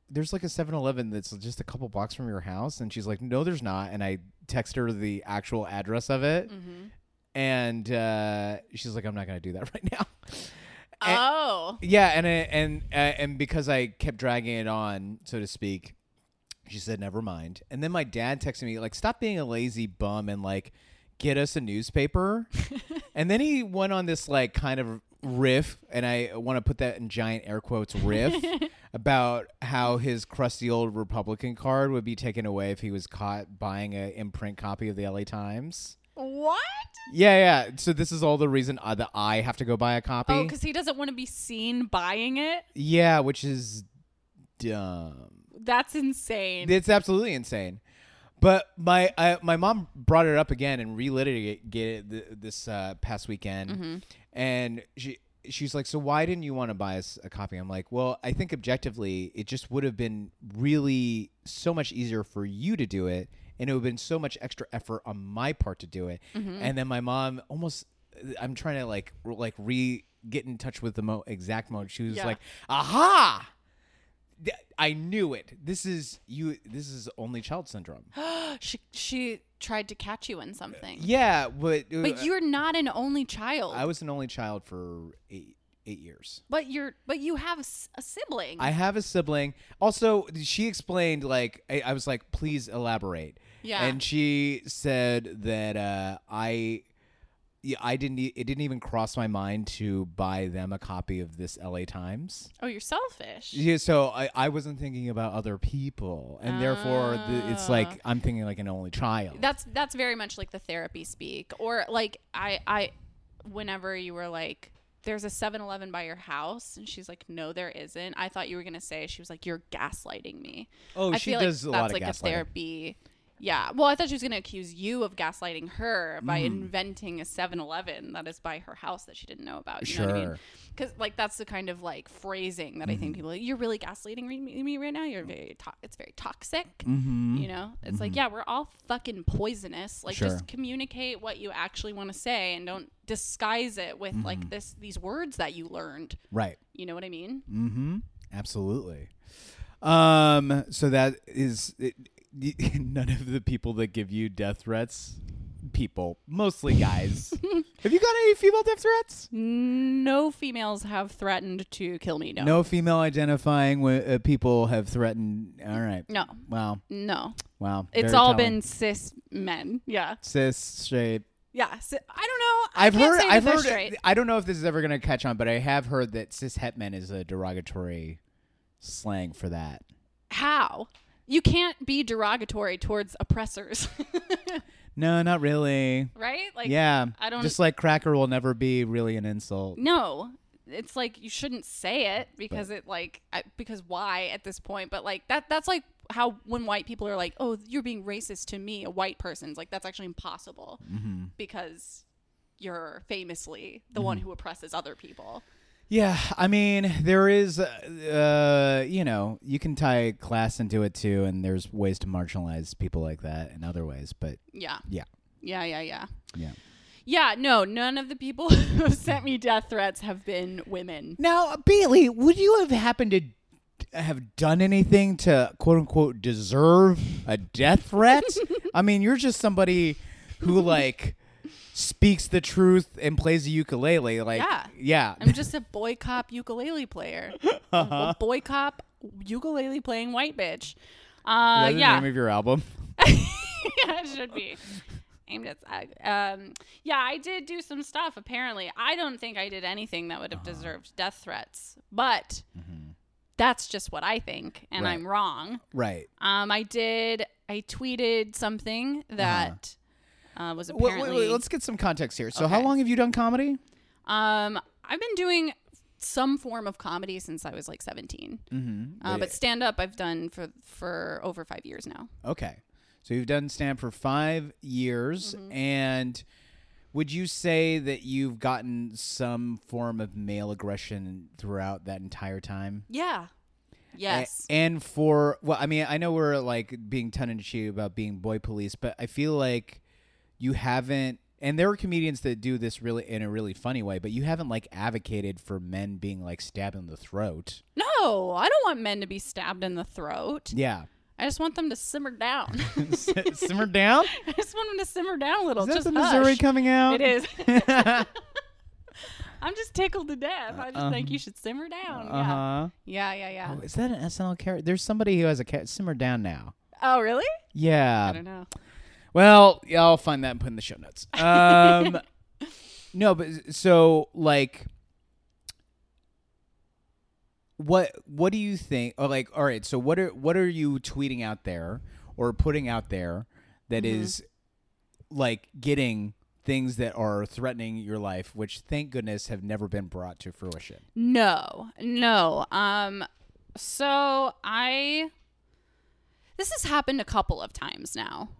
Speaker 2: There's like a 7-Eleven that's just a couple blocks from your house, and she's like, no, there's not. And I text her the actual address of it,
Speaker 3: Mm-hmm.
Speaker 2: and uh, she's like, I'm not gonna do that right now. And-
Speaker 3: oh.
Speaker 2: yeah, and I, and uh, and because I kept dragging it on, so to speak, she said, "Never mind." And then my dad texted me like, "Stop being a lazy bum and like get us a newspaper." and then he went on this like kind of riff, and I want to put that in giant air quotes riff about how his crusty old Republican card would be taken away if he was caught buying an imprint copy of the LA Times.
Speaker 3: What?
Speaker 2: Yeah, yeah. So this is all the reason uh, that I have to go buy a copy.
Speaker 3: Oh, because he doesn't want to be seen buying it.
Speaker 2: Yeah, which is dumb.
Speaker 3: That's insane.
Speaker 2: It's absolutely insane. But my I, my mom brought it up again and relitigated it th- this uh, past weekend, and she she's like, "So why didn't you want to buy us a copy?" I'm like, "Well, I think objectively, it just would have been really so much easier for you to do it, and it would have been so much extra effort on my part to do it." And then my mom almost, I'm trying to like r- like re get in touch with the mo- exact moment. She was
Speaker 3: Yeah.
Speaker 2: like, "Aha!" Th- I knew it. This is you. This is only child syndrome.
Speaker 3: she she tried to catch you in something.
Speaker 2: yeah, but uh,
Speaker 3: But you're not an only child.
Speaker 2: I was an only child for eight eight years.
Speaker 3: but you're but you have s- a sibling.
Speaker 2: I have a sibling. Also, she explained like I, I was like, please elaborate.
Speaker 3: Yeah.
Speaker 2: And she said that uh, I yeah, I didn't. e- It didn't even cross my mind to buy them a copy of this L.A. Times.
Speaker 3: Oh, you're selfish.
Speaker 2: Yeah, so I, I wasn't thinking about other people, and therefore the, it's like
Speaker 3: Ah.
Speaker 2: I'm thinking like an only child.
Speaker 3: That's that's very much like the therapy speak, or like I I, whenever you were like, there's a 7-Eleven by your house, and she's like, no, there isn't. I thought you were gonna say she was like, you're gaslighting me.
Speaker 2: Oh,
Speaker 3: I
Speaker 2: she
Speaker 3: feel
Speaker 2: does a
Speaker 3: like
Speaker 2: lot
Speaker 3: that's
Speaker 2: of
Speaker 3: like
Speaker 2: gaslighting.
Speaker 3: a therapy. Yeah. Well, I thought she was gonna accuse you of gaslighting her by
Speaker 2: Mm.
Speaker 3: inventing a 7-Eleven that is by her house that she didn't know about. You know what I mean?
Speaker 2: Sure. Mm-hmm.
Speaker 3: Because like that's the kind of like phrasing that I think people are like, you're really gaslighting re- me right now. You're very to- it's very toxic. You know, it's like yeah, we're all fucking poisonous. Like
Speaker 2: Mm-hmm. Sure.
Speaker 3: just communicate what you actually want to say and don't disguise it with
Speaker 2: Mm-hmm.
Speaker 3: like this these words that you learned.
Speaker 2: right.
Speaker 3: You know what I mean?
Speaker 2: Mm-hmm. Absolutely. Um. So that is it, none of the people that give you death threats. People, mostly guys. Have you got any female death threats?
Speaker 3: No females have threatened to kill me. No.
Speaker 2: Mm-hmm. No female identifying wi- uh, people have threatened. All right.
Speaker 3: No.
Speaker 2: Wow.
Speaker 3: No.
Speaker 2: Wow.
Speaker 3: It's
Speaker 2: Very
Speaker 3: all
Speaker 2: telling.
Speaker 3: been cis men. Yeah.
Speaker 2: cis straight.
Speaker 3: Yeah. Si- I don't know. I
Speaker 2: I've
Speaker 3: can't
Speaker 2: heard.
Speaker 3: Say
Speaker 2: I've
Speaker 3: this
Speaker 2: heard.
Speaker 3: Straight.
Speaker 2: I don't know if this is ever going to catch on, but I have heard that cis hetman is a derogatory slang for that.
Speaker 3: How? You can't be derogatory towards oppressors,
Speaker 2: No, not really.
Speaker 3: right? Like,
Speaker 2: yeah,
Speaker 3: I don't-
Speaker 2: Just like cracker will never be really an insult.
Speaker 3: no it's like you shouldn't say it because it like I, because why at this point but like that that's like how when white people are like oh you're being racist to me a white person's like that's actually impossible
Speaker 2: Mm.
Speaker 3: because you're famously the one who oppresses other people
Speaker 2: Yeah, I mean, there is, uh, uh, you know, you can tie class into it too, and there's ways to marginalize people like that in other ways. But
Speaker 3: yeah
Speaker 2: yeah,
Speaker 3: yeah yeah yeah
Speaker 2: yeah.
Speaker 3: yeah no none of the people who have sent me death threats have been women
Speaker 2: Now, Bailey, would you have happened to d- have done anything to quote unquote deserve a death threat? I mean, you're just somebody who like speaks the truth and plays the ukulele. Like,
Speaker 3: Yeah.
Speaker 2: yeah.
Speaker 3: i'm just a boy cop ukulele player a boy cop ukulele playing white bitch
Speaker 2: Is
Speaker 3: uh
Speaker 2: that the
Speaker 3: yeah
Speaker 2: name of your album.
Speaker 3: yeah, it should be. Aimed at um, yeah, I did do some stuff. Apparently, I don't think I did anything that would
Speaker 2: Uh-huh.
Speaker 3: have deserved death threats, but that's just what I think,
Speaker 2: Mm-hmm.
Speaker 3: and
Speaker 2: Right.
Speaker 3: I'm wrong.
Speaker 2: Right.
Speaker 3: Um, I did. I tweeted something that uh, was
Speaker 2: Uh-huh. Wait,
Speaker 3: apparently.
Speaker 2: wait, wait, let's get some context here. So, how
Speaker 3: Okay.
Speaker 2: long have you done comedy?
Speaker 3: Um, I've been doing some form of comedy since I was like 17,
Speaker 2: Mm-hmm.
Speaker 3: uh, but stand up I've done for for over five years now.
Speaker 2: Okay. So you've done stand for five years, and would you say that you've gotten some form of male aggression throughout that entire time?
Speaker 3: Yeah.
Speaker 2: A-
Speaker 3: Yes.
Speaker 2: and for well, I mean, I know we're like being tongue in cheek about being boy police, but I feel like you haven't. And there are comedians that do this really in a really funny way, but you haven't like advocated for men being like stabbed in the throat.
Speaker 3: no, I don't want men to be stabbed in the throat.
Speaker 2: Yeah,
Speaker 3: I just want them to simmer down.
Speaker 2: S- simmer down.
Speaker 3: I just want them to simmer down a little.
Speaker 2: Is that
Speaker 3: just
Speaker 2: the Missouri
Speaker 3: hush.
Speaker 2: coming out?
Speaker 3: It is. I'm just tickled to death. I just think you should simmer down.
Speaker 2: Uh huh.
Speaker 3: Yeah. Yeah. Yeah. Yeah.
Speaker 2: Uh-huh. Oh, is that an SNL character? There's somebody who has a character. Simmer down now.
Speaker 3: Oh, really? I
Speaker 2: Yeah.
Speaker 3: don't know.
Speaker 2: Well, yeah, I'll find that and put in the show notes. Um, no, but s- so like, what what do you think? Or like, all right, so what are what are you tweeting out there or putting out there that
Speaker 3: Mm-hmm.
Speaker 2: is like getting things that are threatening your life, which thank goodness have never been brought to fruition.
Speaker 3: No, no. Um, so I. This has happened a couple of times now.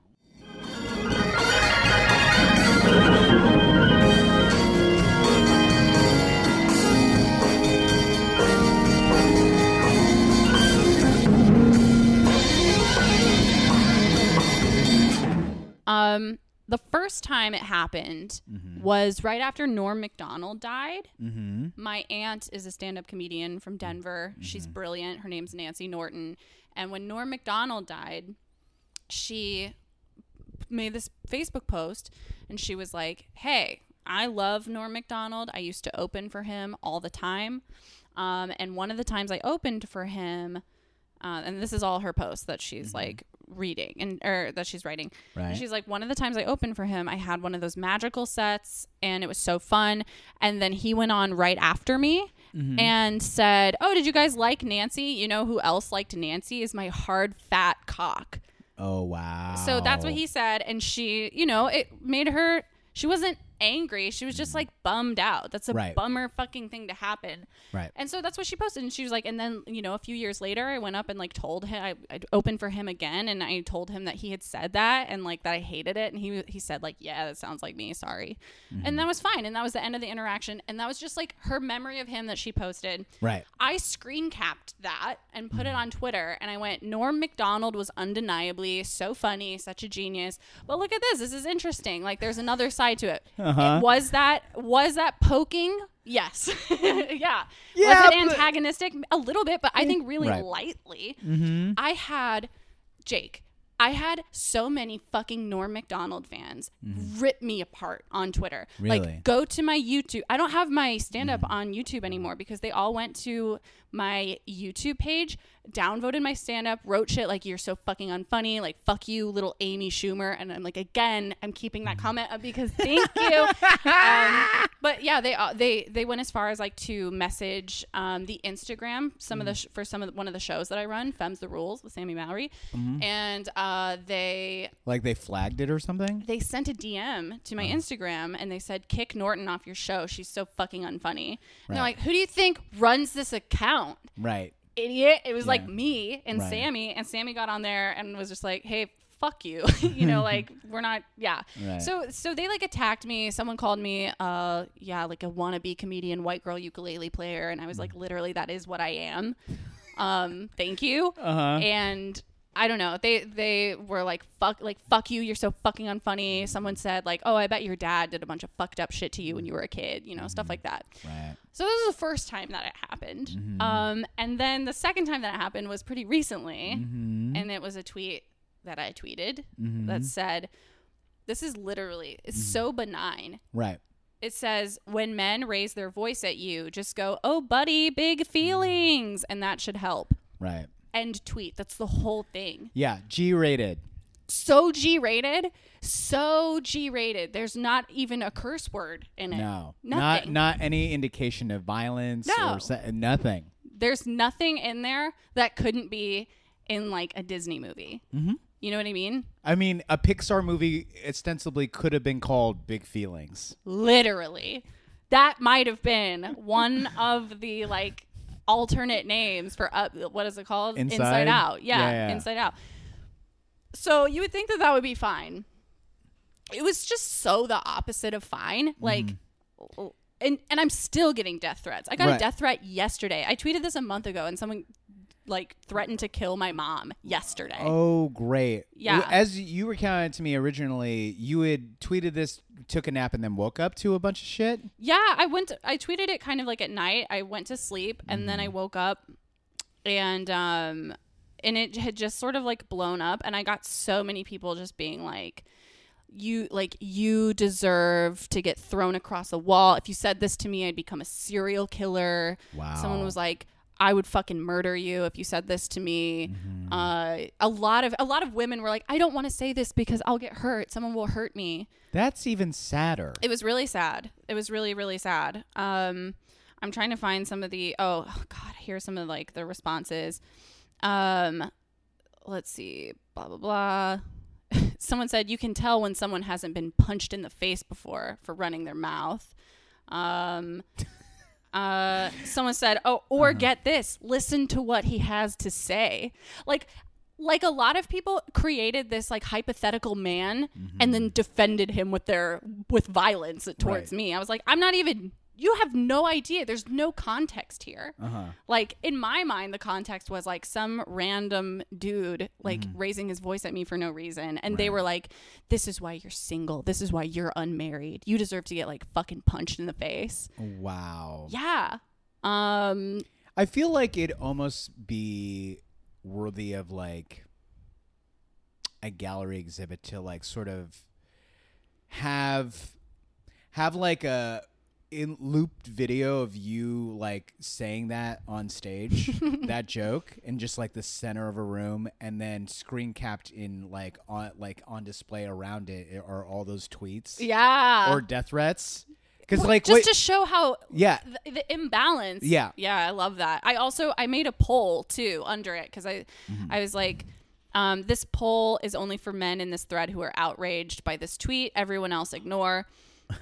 Speaker 3: Um, the first time it happened was right after Norm McDonald died.
Speaker 2: Mm-hmm.
Speaker 3: My aunt is a stand up comedian from Denver. She's brilliant. Her name's Nancy Norton. And when Norm MacDonald died, she made this Facebook post and she was like, Hey, I love Norm MacDonald. I used to open for him all the time. Um, and one of the times I opened for him, uh, and this is all her posts that she's like reading and or that she's writing. And
Speaker 2: Right.
Speaker 3: she's like, one of the times I opened for him, I had one of those magical sets and it was so fun. And then he went on right after me and said, Oh, did you guys like Nancy? You know who else liked Nancy is my hard fat cock.
Speaker 2: Oh wow.
Speaker 3: So that's what
Speaker 2: Oh.
Speaker 3: he said. And she, you know, it made her, she wasn't angry. She was just like bummed out. That's a
Speaker 2: Right.
Speaker 3: bummer fucking thing to happen.
Speaker 2: Right.
Speaker 3: And so that's what she posted. And she was like, and then, you know, a few years later, I went up and like told him, I, I opened for him again and I told him that he had said that and like that I hated it. And he, he said, like, yeah, that sounds like me. Sorry.
Speaker 2: Mm-hmm.
Speaker 3: And that was fine. And that was the end of the interaction. And that was just like her memory of him that she posted.
Speaker 2: Right.
Speaker 3: I screen capped that and put it on Twitter and I went, Norm MacDonald was undeniably so funny, such a genius. But look at this. This is interesting. Like there's another side to it.
Speaker 2: Uh-huh.
Speaker 3: It- Was that was that poking? Yes. yeah.
Speaker 2: Yeah,
Speaker 3: Was it
Speaker 2: but-
Speaker 3: antagonistic? A little bit, but I think really
Speaker 2: Right. Mm-hmm.
Speaker 3: lightly. I had Jake. I had so many fucking Norm Macdonald fans
Speaker 2: Mm-hmm.
Speaker 3: rip me apart on Twitter.
Speaker 2: Really?
Speaker 3: Like, go to my YouTube. I don't have my stand up on YouTube anymore because they all went to my YouTube page, downvoted my stand up, wrote shit like, you're so fucking unfunny. Like, fuck you, little Amy Schumer. And I'm like, again, I'm keeping that comment up because thank you. um, but yeah, they all they they went as far as like to message um, the Instagram some of the sh- for some of the, one of the shows that I run, Femmes the Rules with Sammy Mallory, and uh, they
Speaker 2: like they flagged it or something.
Speaker 3: they sent a DM to
Speaker 2: Uh-huh.
Speaker 3: my Instagram and they said, "Kick Norton off your show. She's so fucking unfunny."
Speaker 2: Right.
Speaker 3: And they're like, "Who do you think runs this account,
Speaker 2: Right.
Speaker 3: idiot?" It was like
Speaker 2: Yeah.
Speaker 3: me and
Speaker 2: Right.
Speaker 3: Sammy, and Sammy got on there and was just like, "Hey." Fuck you, you know, like we're not, yeah.
Speaker 2: Right.
Speaker 3: So, so they like attacked me. Someone called me, uh, yeah, like a wannabe comedian, white girl ukulele player, and I was like,
Speaker 2: Mm.
Speaker 3: literally, that is what I am. Um, thank you
Speaker 2: Uh huh.
Speaker 3: and I don't know. They they were like fuck like fuck you. You're so fucking unfunny. Someone said like oh I bet your dad did a bunch of fucked up shit to you when you were a kid. You know stuff like that.
Speaker 2: Right.
Speaker 3: So this is the first time that it happened. Um, and then the second time that it happened was pretty recently,
Speaker 2: Mm-hmm.
Speaker 3: and it was a tweet that I tweeted that said, "This is literally it's so benign."
Speaker 2: Right.
Speaker 3: It says, when men raise their voice at you, just go, oh, buddy, big feelings. And that should help.
Speaker 2: Right.
Speaker 3: End tweet. That's the whole thing
Speaker 2: Yeah. G rated.
Speaker 3: so G rated, so G rated. There's not even a curse word in it.
Speaker 2: No. Not
Speaker 3: nothing.
Speaker 2: not any indication of violence
Speaker 3: No.
Speaker 2: or se- nothing.
Speaker 3: There's nothing in there that couldn't be in like a Disney movie. Mm-hmm. You know what I mean?
Speaker 2: I mean, a Pixar movie ostensibly could have been called Big Feelings.
Speaker 3: Literally, that might have been one of the like alternate names for up. What is it called?
Speaker 2: Inside?
Speaker 3: Out.
Speaker 2: Yeah,
Speaker 3: Yeah,
Speaker 2: yeah.
Speaker 3: Inside Out. So you would think that that would be fine. It was just so the opposite of fine.
Speaker 2: Mm-hmm.
Speaker 3: Like. and and I'm still getting death threats. I got
Speaker 2: Right.
Speaker 3: a death threat yesterday. I tweeted this a month ago, and someone like threatened to kill my mom yesterday.
Speaker 2: Oh, great.
Speaker 3: Yeah.
Speaker 2: Well, As you recounted to me originally, you had tweeted this, took a nap, and then woke up to a bunch of shit.
Speaker 3: Yeah, I went. I tweeted it kind of like at night. I went to sleep, and then I woke up, and um, and it had just sort of like blown up, and I got so many people just being like. You like you deserve to get thrown across a wall. If you said this to me, I'd become a serial killer. Someone
Speaker 2: Wow.
Speaker 3: was like, I would fucking murder you if you said this to me. Uh, a lot of a lot of women were like, I don't want to say this because I'll get hurt. Someone will hurt me.
Speaker 2: That's even sadder.
Speaker 3: It was really sad. It was really really sad. Um, I'm trying to find some of the oh god, here's some of like the responses. Um, let's see, blah blah blah. someone said you can tell when someone hasn't been punched in the face before for running their mouth. Um, uh, someone said, "Oh, or get this, listen to what he has to say." Like like a lot of people created this like hypothetical man and then defended him with their with violence towards
Speaker 2: Right.
Speaker 3: me. I was like, "I'm not even you have no idea. There's no context here."
Speaker 2: Uh-huh.
Speaker 3: Like in my mind the context was like some random dude like
Speaker 2: Mm-hmm.
Speaker 3: raising his voice at me for no reason and they were like, "This is why you're single. This is why you're unmarried. You deserve to get like fucking punched in the face."
Speaker 2: Wow.
Speaker 3: Yeah. Um
Speaker 2: I feel like it'd almost be worthy of like a gallery exhibit to like sort of have have like a in looped video of you like saying that on stage, that joke, and just like the center of a room, and then screen capped in like on like on display around it are all those tweets
Speaker 3: Yeah.
Speaker 2: or death threats. Because
Speaker 3: Well,
Speaker 2: like
Speaker 3: just
Speaker 2: what,
Speaker 3: to show how
Speaker 2: yeah,
Speaker 3: the, the imbalance.
Speaker 2: Yeah.
Speaker 3: Yeah, I love that. I also I made a poll too under it because I
Speaker 2: Mm-hmm.
Speaker 3: I was like, um, this poll is only for men in this thread who are outraged by this tweet. Everyone else ignore.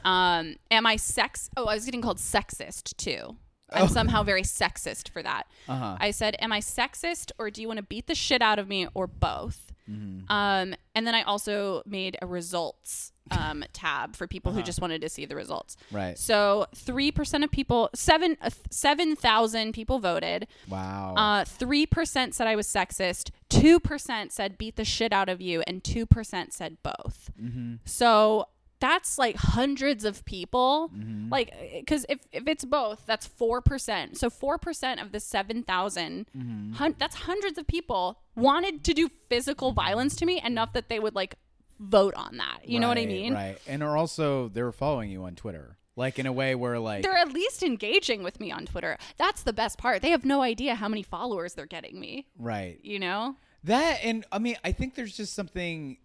Speaker 3: Um, am I sex? Oh, I was getting called sexist too. I'm somehow very sexist for that.
Speaker 2: Oh. Uh-huh.
Speaker 3: I said, "Am I sexist, or do you want to beat the shit out of me, or both?"
Speaker 2: Mm-hmm.
Speaker 3: Um, and then I also made a results um, tab for people who just wanted to see the results.
Speaker 2: Uh-huh. Right.
Speaker 3: So three percent of people, seven uh, seven thousand people voted.
Speaker 2: wow.
Speaker 3: Uh, Three percent said I was sexist. Two percent said beat the shit out of you, and two percent said both.
Speaker 2: Mm-hmm.
Speaker 3: So that's like hundreds of people.
Speaker 2: Mm-hmm.
Speaker 3: Like, because if, if it's both, that's four percent. So four percent of the seven
Speaker 2: Mm-hmm.
Speaker 3: hun- that's hundreds of people wanted to do physical violence to me enough that they would like vote on that. You know what I
Speaker 2: Right,
Speaker 3: mean?
Speaker 2: Right. And are also they're following you on Twitter, like in a way where like
Speaker 3: They're at least engaging with me on Twitter. That's the best part. They have no idea how many followers they're getting me.
Speaker 2: right.
Speaker 3: You know?
Speaker 2: That and I mean, I think there's just something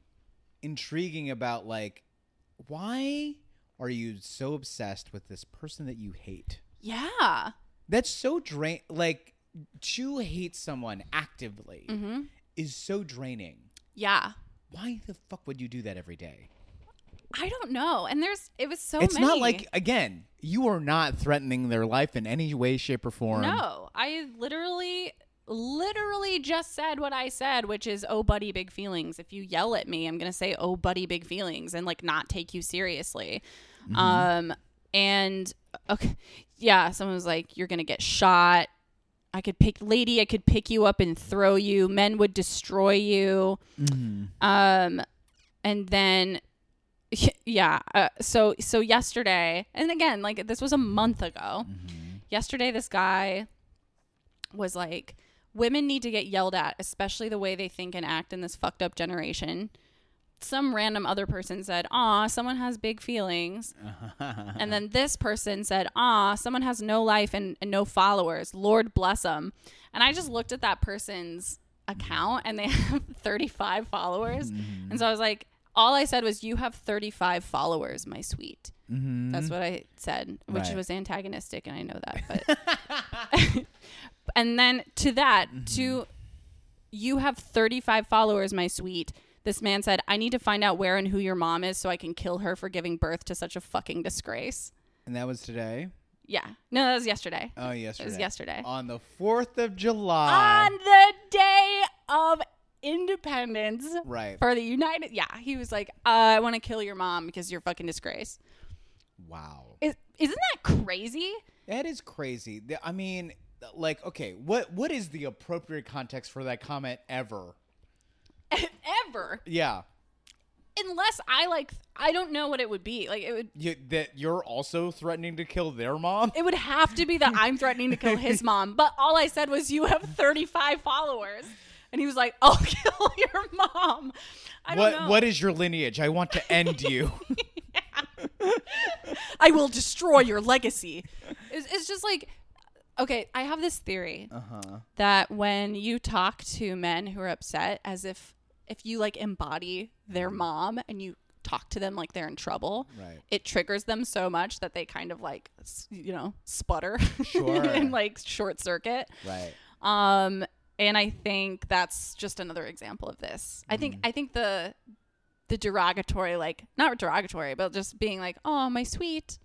Speaker 2: intriguing about like why are you so obsessed with this person that you hate?
Speaker 3: Yeah.
Speaker 2: That's so drain like to hate someone actively
Speaker 3: Mm-hmm.
Speaker 2: is so draining.
Speaker 3: Yeah.
Speaker 2: Why the fuck would you do that every day?
Speaker 3: I don't know. And there's it was so
Speaker 2: it's
Speaker 3: many.
Speaker 2: not like again, you are not threatening their life in any way shape or form.
Speaker 3: No. I literally literally just said what I said, which is oh buddy big feelings. If you yell at me, I'm going to say oh buddy big feelings and like not take you seriously. Um and okay yeah, someone was like you're going to get shot. I could pick lady, I could pick you up and throw you. Men would destroy you. Um and then yeah uh, so so yesterday and again like this was a month ago yesterday this guy was like women need to get yelled at especially the way they think and act in this fucked up generation some random other person said ah someone has big feelings and then this person said ah someone has no life and, and no followers lord bless them and i just looked at that person's account and they have 35 followers and so i was like all i said was you have 35 followers my sweet that's what i said which
Speaker 2: Right.
Speaker 3: was antagonistic and i know that but and then to that, to you have 35 followers, my sweet. This man said, I need to find out where and who your mom is so I can kill her for giving birth to such a fucking disgrace.
Speaker 2: And that was today.
Speaker 3: Yeah. No, that was yesterday.
Speaker 2: Oh, yesterday.
Speaker 3: yesterday.
Speaker 2: On the 4th of July.
Speaker 3: On the day of independence
Speaker 2: right.
Speaker 3: for the United. Yeah. He was like, "Uh, I want to kill your mom because you're a fucking disgrace.
Speaker 2: Wow.
Speaker 3: Is, isn't that crazy?
Speaker 2: That is crazy. The- I mean, like okay, what what is the appropriate context for that comment ever?
Speaker 3: Ever.
Speaker 2: Yeah.
Speaker 3: Unless I like, I don't know what it would be. Like, it would
Speaker 2: You, that you're also threatening to kill their mom?
Speaker 3: It would have to be that I'm threatening to kill his mom. But all I said was, "You have 35 followers," and he was like, "I'll kill your mom." I don't
Speaker 2: What
Speaker 3: know.
Speaker 2: what is your lineage? I want to end you.
Speaker 3: I will destroy your legacy. It's, it's just like, okay, I have this theory
Speaker 2: Uh-huh.
Speaker 3: that when you talk to men who are upset, as if if you like embody their
Speaker 2: Mm-hmm.
Speaker 3: mom and you talk to them like they're in trouble,
Speaker 2: Right.
Speaker 3: it triggers them so much that they kind of like, s- you know, sputter
Speaker 2: Sure.
Speaker 3: and like short circuit.
Speaker 2: right.
Speaker 3: Um, and I think that's just another example of this. I
Speaker 2: Mm.
Speaker 3: think I think the the derogatory, like not derogatory, but just being like, "Oh, my sweet,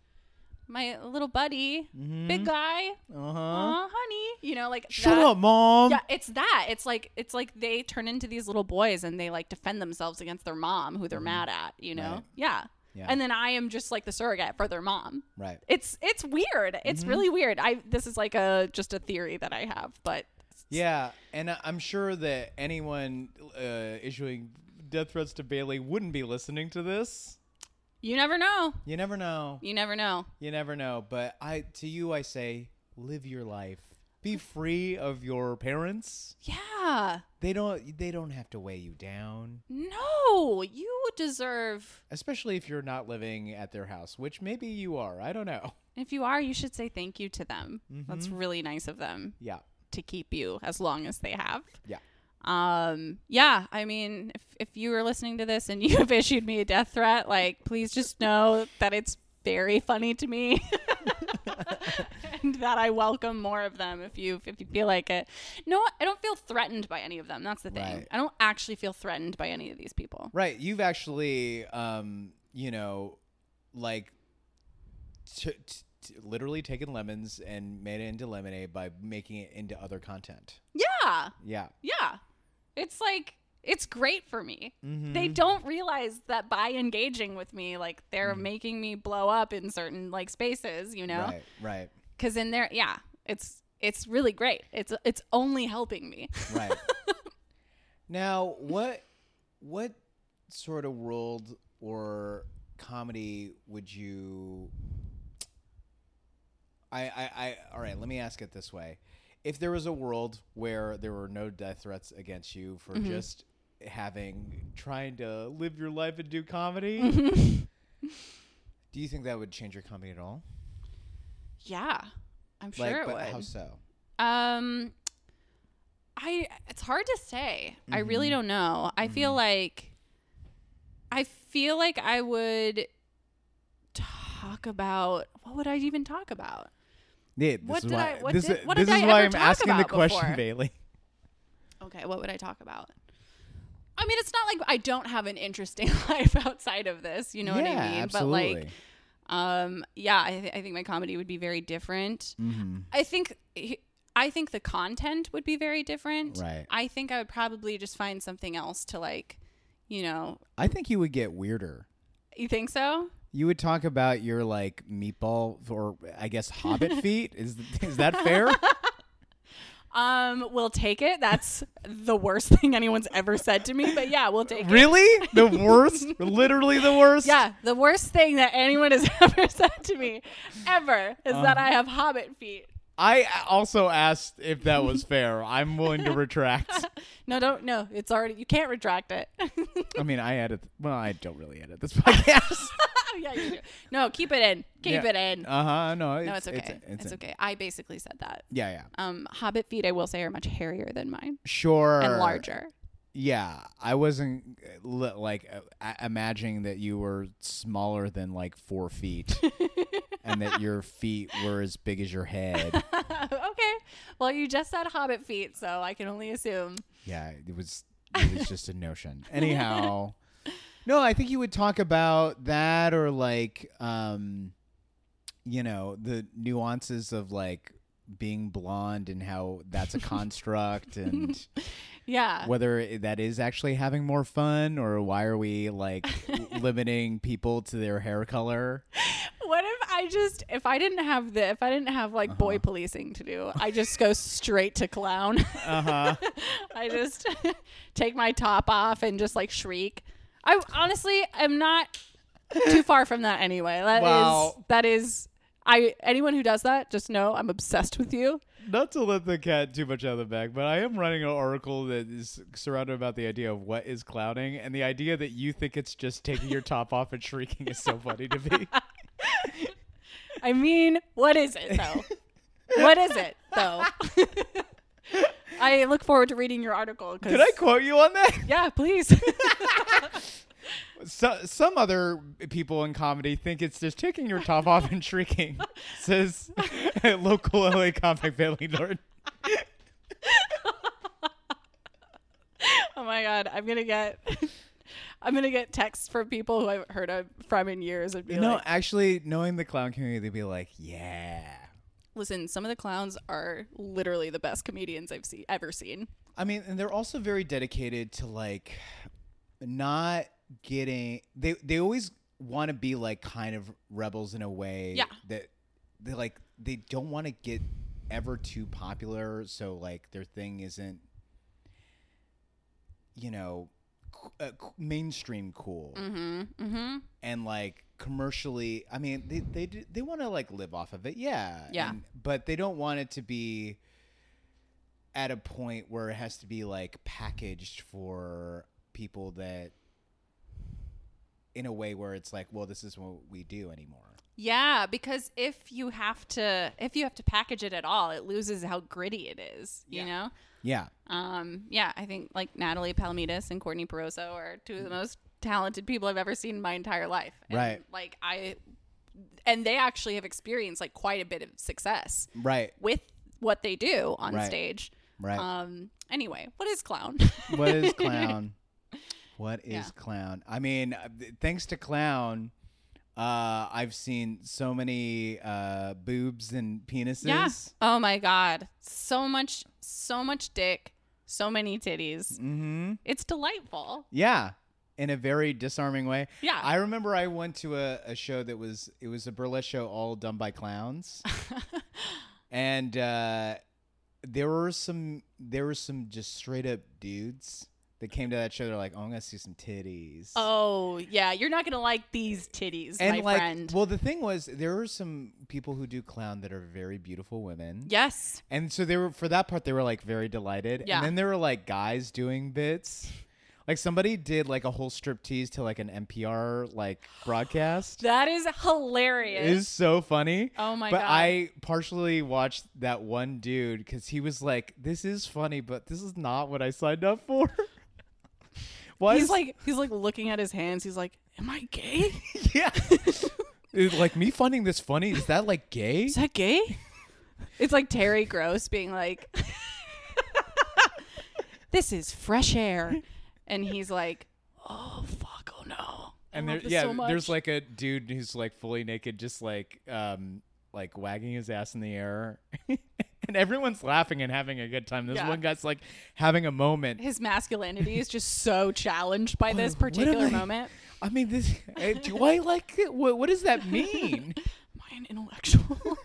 Speaker 3: my little buddy, big guy,
Speaker 2: Mm-hmm. Uh-huh.
Speaker 3: aw, honey," you know, like
Speaker 2: Shut
Speaker 3: that-
Speaker 2: up, mom.
Speaker 3: Yeah, it's that. It's like it's like they turn into these little boys and they like defend themselves against their mom, who they're mad at. You know,
Speaker 2: Mm-hmm. Right.
Speaker 3: yeah.
Speaker 2: Yeah.
Speaker 3: And then I am just like the surrogate for their mom.
Speaker 2: Right.
Speaker 3: It's it's weird. It's
Speaker 2: Mm-hmm.
Speaker 3: really weird. I this is like a just a theory that I have, but
Speaker 2: Yeah, and I- I'm sure that anyone uh, issuing death threats to Bailey wouldn't be listening to this.
Speaker 3: You never know.
Speaker 2: You never know.
Speaker 3: You never know.
Speaker 2: You never know, but I to you I say live your life. Be free of your parents.
Speaker 3: Yeah.
Speaker 2: They don't they don't have to weigh you down,
Speaker 3: No, you deserve.
Speaker 2: especially if you're not living at their house, which maybe you are. I don't know.
Speaker 3: And if you are, you should say thank you to them. That's really nice of them
Speaker 2: Yeah.
Speaker 3: to keep you as long as they have.
Speaker 2: Yeah.
Speaker 3: Um, yeah, I mean, if, if you are listening to this and you have issued me a death threat, like, please just know that it's very funny to me. and that I welcome more of them if you if you feel like it. No, I don't feel threatened by any of them. That's the thing.
Speaker 2: Right.
Speaker 3: I don't actually feel threatened by any of these people.
Speaker 2: Right. You've actually, um, you know, like t- t- t- literally taken lemons and made it into lemonade by making it into other content.
Speaker 3: Yeah.
Speaker 2: Yeah.
Speaker 3: Yeah. It's like it's great for me.
Speaker 2: Mm-hmm.
Speaker 3: They don't realize that by engaging with me, like
Speaker 2: Mm.
Speaker 3: they're making me blow up in certain like spaces, you know?
Speaker 2: Right. Right.
Speaker 3: Cuz in there, yeah, it's it's really great. It's it's only helping me.
Speaker 2: Right. now, what what sort of world or comedy would you? I, I, I all right. Let me ask it this way: If there was a world where there were no death threats against you for
Speaker 3: Mm-hmm.
Speaker 2: just having trying to live your life and do comedy,
Speaker 3: Mm-hmm.
Speaker 2: do you think that would change your comedy at all?
Speaker 3: yeah. I'm sure it
Speaker 2: but
Speaker 3: would.
Speaker 2: how so?
Speaker 3: Um, I it's hard to say. I really
Speaker 2: Mm-hmm.
Speaker 3: don't know. I feel like I feel like I would talk about what would I even talk about?
Speaker 2: Yeah,
Speaker 3: What is did why- I- what this- did- what this did is I why ever I'm talk asking the about question, before?
Speaker 2: Bailey.
Speaker 3: Okay, what would I talk about? I mean, it's not like I don't have an interesting life outside of this. You know what I mean? But like, um, yeah, I, th- I think my comedy would be very different.
Speaker 2: Mm. Mm-hmm.
Speaker 3: I think I think the content would be very different.
Speaker 2: Right.
Speaker 3: I think I would probably just find something else to like, you know,
Speaker 2: I think you would get weirder.
Speaker 3: you think so?
Speaker 2: You would talk about your like meatball or I guess hobbit feet. Is is that fair?
Speaker 3: Um, we'll take it. That's the worst thing anyone's ever said to me, but yeah, we'll take it.
Speaker 2: really? The worst? Literally the worst?
Speaker 3: Yeah, the worst thing that anyone has ever said to me ever is that
Speaker 2: Um.
Speaker 3: I have hobbit feet.
Speaker 2: I uh, also asked if that was fair. I'm willing to retract.
Speaker 3: No, don't no, it's already you can't retract it.
Speaker 2: I mean, I edit. Well, I don't really edit this podcast.
Speaker 3: oh yeah, you do. No, keep it in. Keep
Speaker 2: Yeah.
Speaker 3: it in.
Speaker 2: Uh huh. No, it's,
Speaker 3: no, it's okay. It's,
Speaker 2: it's-
Speaker 3: okay. I basically said that.
Speaker 2: Yeah, yeah.
Speaker 3: Um, hobbit feet, I will say, are much hairier than mine
Speaker 2: Sure.
Speaker 3: and larger.
Speaker 2: Yeah, I wasn't uh, li- like uh, a- imagining that you were smaller than like four feet, and that your feet were as big as your head.
Speaker 3: okay. Well, you just said hobbit feet, so I can only assume.
Speaker 2: yeah, it was it was just a notion. Anyhow, no, I think you would talk about that or like um you know, the nuances of like being blonde and how that's a construct and
Speaker 3: Yeah.
Speaker 2: whether i- that is actually having more fun or why are we like l- limiting people to their hair color
Speaker 3: What if I just if I didn't have the if I didn't have like boy policing to do, I just go straight to clown.
Speaker 2: uh-huh
Speaker 3: I just take my top off and just like shriek. I honestly am not too far from that anyway. That is
Speaker 2: Wow.
Speaker 3: that is I anyone who does that, just know I'm obsessed with you.
Speaker 2: not to let the cat too much out of the bag but i am running an article that is surrounded about the idea of what is clowning and the idea that you think it's just taking your top off and shrieking is so funny to me
Speaker 3: I mean, what is it though? what is it though? I look forward to reading your article. 'cause-
Speaker 2: did i quote you on that
Speaker 3: Yeah, please.
Speaker 2: so, some other people in comedy think it's just taking your top off and shrieking says local la comic bailey norton
Speaker 3: oh my god, I'm gonna get. I'm gonna get texts from people who I haven't heard of from in years and be
Speaker 2: no,
Speaker 3: like,
Speaker 2: actually, knowing the clown community, they'd be like, yeah.
Speaker 3: "Listen, some of the clowns are literally the best comedians I've seen ever seen."
Speaker 2: I mean, and they're also very dedicated to like not getting. They they always want to be like kind of rebels in a way
Speaker 3: Yeah.
Speaker 2: that they like they don't want to get ever too popular. So like their thing isn't, you know, c- uh, c- mainstream cool.
Speaker 3: Mm-hmm. Mm-hmm.
Speaker 2: and like commercially i mean they they do, they want to like live off of it yeah
Speaker 3: Yeah.
Speaker 2: and- but they don't want it to be at a point where it has to be like packaged for people that in a way where it's like well this is what we do anymore
Speaker 3: Yeah, because if you have to if you have to package it at all, it loses how gritty it is, you know?
Speaker 2: Yeah.
Speaker 3: Um, yeah, I think like Natalie Palmitas and Courtney Peroso are two of the most talented people I've ever seen in my entire life. And,
Speaker 2: Mm-hmm. Right.
Speaker 3: Like I and they actually have experienced like quite a bit of success
Speaker 2: Right.
Speaker 3: with what they do on
Speaker 2: Right.
Speaker 3: stage.
Speaker 2: Right.
Speaker 3: Um anyway, what is clown?
Speaker 2: what is clown? What is
Speaker 3: Yeah.
Speaker 2: clown? I mean, uh, th- thanks to clown, uh, I've seen so many uh, boobs and penises.
Speaker 3: yeah. Oh my god. So much so much dick, so many titties.
Speaker 2: Mm-hmm.
Speaker 3: It's delightful.
Speaker 2: Yeah. In a very disarming way.
Speaker 3: Yeah.
Speaker 2: I remember I went to a, a show that was it was a burlesque show all done by clowns. and uh, there were some there were some just straight up dudes that came to that show. They're like, Oh, I'm gonna see some titties.
Speaker 3: Oh yeah, you're not gonna like these titties, my friend.
Speaker 2: well the thing was there were some people who do clown that are very beautiful women
Speaker 3: yes,
Speaker 2: and so they were for that part they were like very delighted
Speaker 3: Yeah.
Speaker 2: and then there were like guys doing bits like somebody did like a whole strip tease to like an npr like broadcast
Speaker 3: that is hilarious.
Speaker 2: It is so funny
Speaker 3: Oh my
Speaker 2: but
Speaker 3: God.
Speaker 2: i partially watched that one dude because he was like this is funny but this is not what i signed up for why
Speaker 3: he's
Speaker 2: is-
Speaker 3: like he's like looking at his hands. He's like, "Am I gay?
Speaker 2: yeah It's like me finding this funny is that like gay
Speaker 3: Is that gay?" It's like Terry Gross being like, "This is fresh air," and he's like, "Oh fuck, oh no." I
Speaker 2: and
Speaker 3: love
Speaker 2: there,
Speaker 3: this
Speaker 2: yeah,
Speaker 3: so much."
Speaker 2: there's like a dude who's like fully naked, just like um, like wagging his ass in the air, and everyone's laughing and having a good time. This
Speaker 3: Yeah.
Speaker 2: one guy's like having a moment.
Speaker 3: his masculinity is just so challenged by this
Speaker 2: What am
Speaker 3: particular
Speaker 2: I-
Speaker 3: moment.
Speaker 2: I mean, this eh, do I like it? What, what does that mean?
Speaker 3: Am I an intellectual?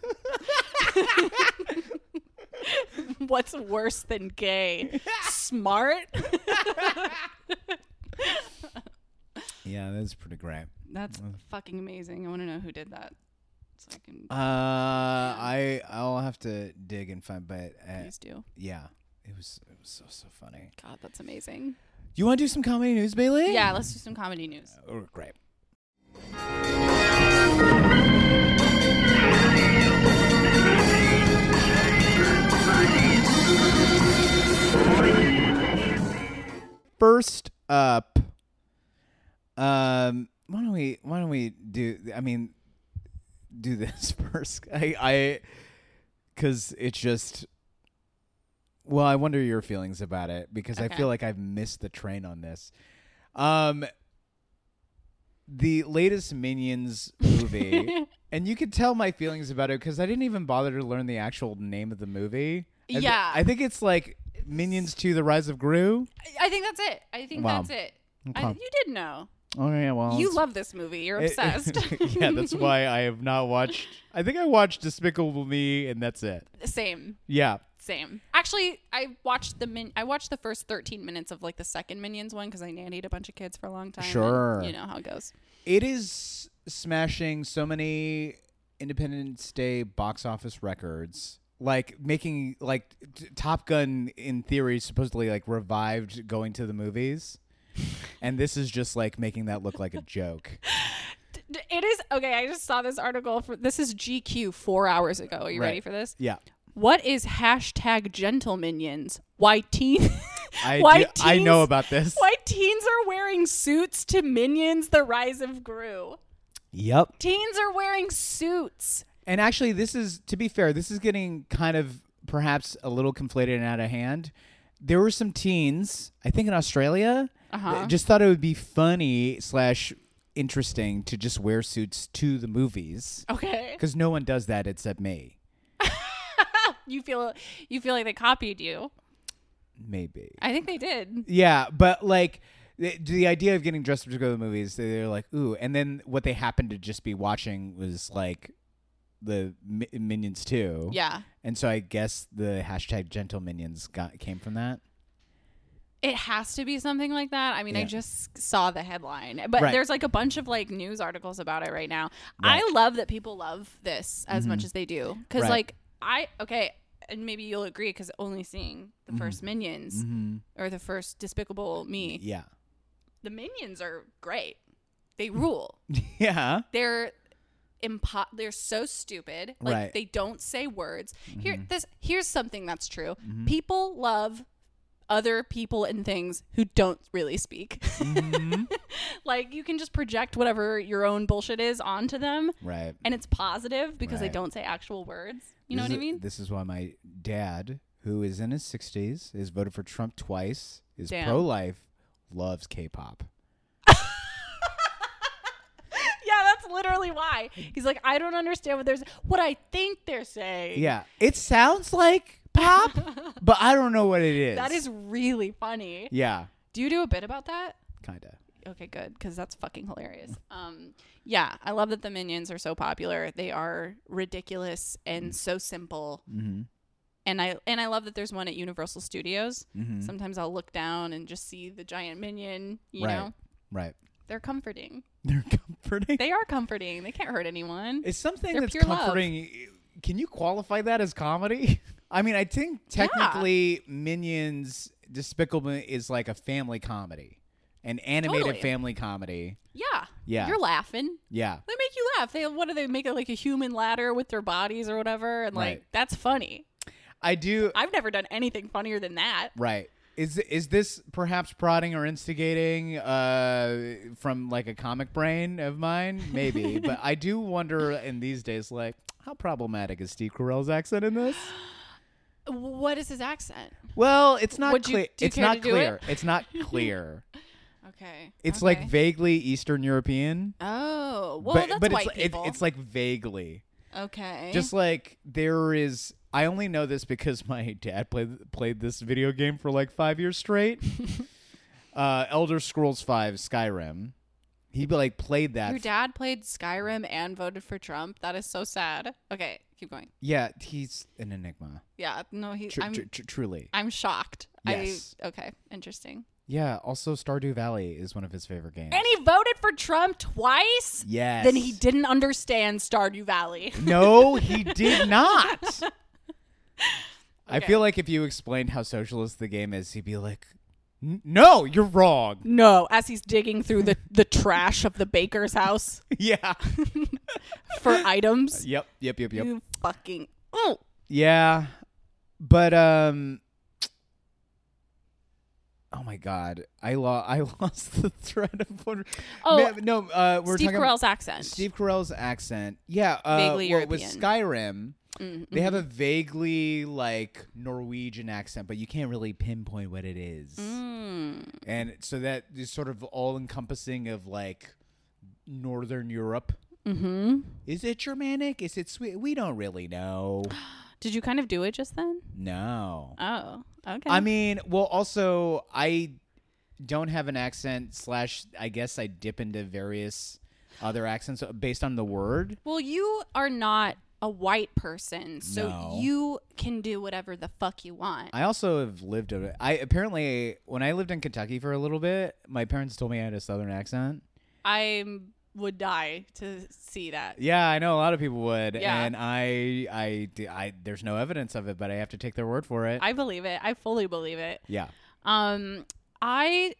Speaker 3: What's worse than gay? Smart?
Speaker 2: yeah, that's pretty great.
Speaker 3: That's
Speaker 2: Mm.
Speaker 3: fucking amazing. I want to know who did that. So I can
Speaker 2: Uh, I I'll have to dig and find, but uh,
Speaker 3: please do.
Speaker 2: yeah, it was it was so so funny.
Speaker 3: God, that's amazing.
Speaker 2: You want to do some comedy news, Bailey?
Speaker 3: Yeah, let's do some comedy news.
Speaker 2: Oh, great. First up, um, why don't we why don't we do? I mean, do this first. I I because it's just. Well, I wonder your feelings about it because I
Speaker 3: Okay.
Speaker 2: feel like I've missed the train on this. Um, the latest Minions movie, and you could tell my feelings about it because I didn't even bother to learn the actual name of the movie. I thi-
Speaker 3: Yeah.
Speaker 2: I think it's like Minions Two: The Rise of Gru.
Speaker 3: I, I think that's it. I think
Speaker 2: Wow.
Speaker 3: that's it. I,
Speaker 2: Okay.
Speaker 3: you did know.
Speaker 2: Oh yeah, well,
Speaker 3: you
Speaker 2: it's-
Speaker 3: love this movie. You're
Speaker 2: it-
Speaker 3: obsessed.
Speaker 2: yeah, that's why I have not watched. I think I watched Despicable Me, and that's it.
Speaker 3: same,
Speaker 2: Yeah.
Speaker 3: same. Actually, I watched the min- I watched the first 13 minutes of like the second Minions one because I nannied a bunch of kids for a long time. and
Speaker 2: Sure.
Speaker 3: you know how it goes.
Speaker 2: It is smashing so many Independence Day box office records. Like making like t- Top Gun in theory supposedly like revived going to the movies. And this is just like making that look like a joke.
Speaker 3: D- It is okay. I just saw this article. For, this is GQ four hours ago. Are you
Speaker 2: Right.
Speaker 3: ready for this?
Speaker 2: Yeah.
Speaker 3: What is hashtag gentle minions? Why teen?
Speaker 2: I
Speaker 3: Why
Speaker 2: do, I know
Speaker 3: teens-
Speaker 2: about this.
Speaker 3: Why teens are wearing suits to minions? The rise of Gru.
Speaker 2: Yep.
Speaker 3: Teens are wearing suits.
Speaker 2: And actually, this is to be fair, this is getting kind of perhaps a little conflated and out of hand. There were some teens, I think in Australia, that just thought it would be funny slash interesting to just wear suits to the movies
Speaker 3: Okay.
Speaker 2: because no one does that except me.
Speaker 3: You feel you feel like they copied you.
Speaker 2: Maybe.
Speaker 3: I think they did.
Speaker 2: Yeah, but like the, the idea of getting dressed up to go to the movies, they- they're like, ooh. And then what they happened to just be watching was like the Mi- Minions 2.
Speaker 3: Yeah.
Speaker 2: And so I guess the hashtag gentle minions got came from that.
Speaker 3: It has to be something like that. I mean, I
Speaker 2: Yeah.
Speaker 3: just saw the headline, but
Speaker 2: Right.
Speaker 3: there's like a bunch of like news articles about it right now. I
Speaker 2: Right. Mm-hmm.
Speaker 3: love that people love this as much as they do because,
Speaker 2: Right.
Speaker 3: like, I okay, and maybe you'll agree because only seeing the
Speaker 2: Mm-hmm.
Speaker 3: first Minions or the first Despicable Me,
Speaker 2: Yeah.
Speaker 3: the Minions are great. They rule.
Speaker 2: Yeah.
Speaker 3: They're impo- they're so stupid like
Speaker 2: Right. Mm-hmm.
Speaker 3: they don't say words here this here's something that's true people love other people and things who don't really speak
Speaker 2: Mm-hmm.
Speaker 3: like you can just project whatever your own bullshit is onto them
Speaker 2: Right.
Speaker 3: and it's positive because they
Speaker 2: Right.
Speaker 3: don't say actual words you know
Speaker 2: This
Speaker 3: what I
Speaker 2: is-
Speaker 3: mean
Speaker 2: This is why my dad, who is in his 60s, is voted for Trump twice, is
Speaker 3: Damn.
Speaker 2: pro life, loves K pop.
Speaker 3: yeah that's literally why he's like i don't understand what there's what i think they're saying
Speaker 2: Yeah. It sounds like pop, but I don't know what it is.
Speaker 3: that is really funny
Speaker 2: Yeah.
Speaker 3: do you do a bit about that
Speaker 2: Kind of.
Speaker 3: okay good because that's fucking hilarious um yeah i love that the minions are so popular they are ridiculous and so simple
Speaker 2: Mm-hmm.
Speaker 3: and i and i love that there's one at universal studios
Speaker 2: Mhm.
Speaker 3: sometimes i'll look down and just see the giant minion you
Speaker 2: right.
Speaker 3: know
Speaker 2: Right.
Speaker 3: they're comforting
Speaker 2: They're comforting.
Speaker 3: they are comforting they can't hurt anyone
Speaker 2: It's something
Speaker 3: They're
Speaker 2: that's
Speaker 3: pure love.
Speaker 2: comforting. Can you qualify that as comedy? I mean, I think technically Minions Despicable Me is like a family comedy, an animated
Speaker 3: Totally.
Speaker 2: family comedy.
Speaker 3: yeah
Speaker 2: Yeah.
Speaker 3: you're laughing
Speaker 2: Yeah.
Speaker 3: they make you laugh they what do they make it like a human ladder with their bodies or whatever and like
Speaker 2: Right.
Speaker 3: that's funny
Speaker 2: I do.
Speaker 3: i've never done anything funnier than that
Speaker 2: right. Is is this perhaps prodding or instigating uh, from like a comic brain of mine? Maybe, but I do wonder in these days, like how problematic is Steve Carell's accent in this?
Speaker 3: what is his accent
Speaker 2: Well, it's not
Speaker 3: Would you-
Speaker 2: clear.
Speaker 3: do you
Speaker 2: It's
Speaker 3: care to
Speaker 2: not
Speaker 3: do
Speaker 2: clear.
Speaker 3: it?
Speaker 2: It's not clear.
Speaker 3: okay
Speaker 2: It's
Speaker 3: okay.
Speaker 2: like vaguely Eastern European.
Speaker 3: Oh, well,
Speaker 2: but
Speaker 3: that's
Speaker 2: but
Speaker 3: white
Speaker 2: it's,
Speaker 3: people. Eh?
Speaker 2: It, it's like vaguely.
Speaker 3: okay,
Speaker 2: Just like there is I only know this because my dad played played this video game for like 5 years straight. uh Elder Scrolls 5 Skyrim. He like played that.
Speaker 3: your
Speaker 2: f-
Speaker 3: dad played Skyrim and voted for Trump. That is so sad. Okay, keep going.
Speaker 2: yeah, he's an enigma.
Speaker 3: Yeah, no, he.
Speaker 2: Tr-
Speaker 3: I'm
Speaker 2: tr- tr- truly.
Speaker 3: I'm shocked.
Speaker 2: Yes.
Speaker 3: I okay, interesting.
Speaker 2: Yeah, also Stardew Valley is one of his favorite games.
Speaker 3: And he voted for Trump twice.
Speaker 2: yes.
Speaker 3: Then he didn't understand Stardew Valley.
Speaker 2: No, he did not. I
Speaker 3: Okay.
Speaker 2: feel like if you explained how socialist the game is, he'd be like, "N- "No, you're wrong."
Speaker 3: No, as he's digging through the the trash of the baker's house
Speaker 2: yeah.
Speaker 3: for items.
Speaker 2: Yep. Yep. Yep. Yep.
Speaker 3: You fucking. Oh,
Speaker 2: Yeah. But um. Oh my God! I lost. I lost the thread of what.
Speaker 3: Oh,
Speaker 2: Ma- no. Uh, we're
Speaker 3: Steve
Speaker 2: talking
Speaker 3: Carell's accent.
Speaker 2: Steve Carell's accent. Yeah. Uh,
Speaker 3: Vaguely
Speaker 2: well, With
Speaker 3: European.
Speaker 2: Skyrim,
Speaker 3: Mm,
Speaker 2: they have a vaguely like Norwegian accent, but you can't really pinpoint what it is.
Speaker 3: mm.
Speaker 2: and so that is sort of all encompassing of like northern europe
Speaker 3: Mm-hmm.
Speaker 2: is it germanic is it sweet we don't really know
Speaker 3: Did you kind of do it just then?
Speaker 2: no
Speaker 3: Oh, okay.
Speaker 2: i mean well also i don't have an accent slash i guess i dip into various other accents based on the word
Speaker 3: Well, you are not a white person, so
Speaker 2: No.
Speaker 3: you can do whatever the fuck you want.
Speaker 2: i also have lived a i apparently when i lived in kentucky for a little bit my parents told me i had a southern accent
Speaker 3: I would die to see that.
Speaker 2: Yeah, I know a lot of people would,
Speaker 3: Yeah.
Speaker 2: and I, I, d- I- there's no evidence of it, but I have to take their word for it.
Speaker 3: I believe it. I fully believe it.
Speaker 2: yeah,
Speaker 3: Um, I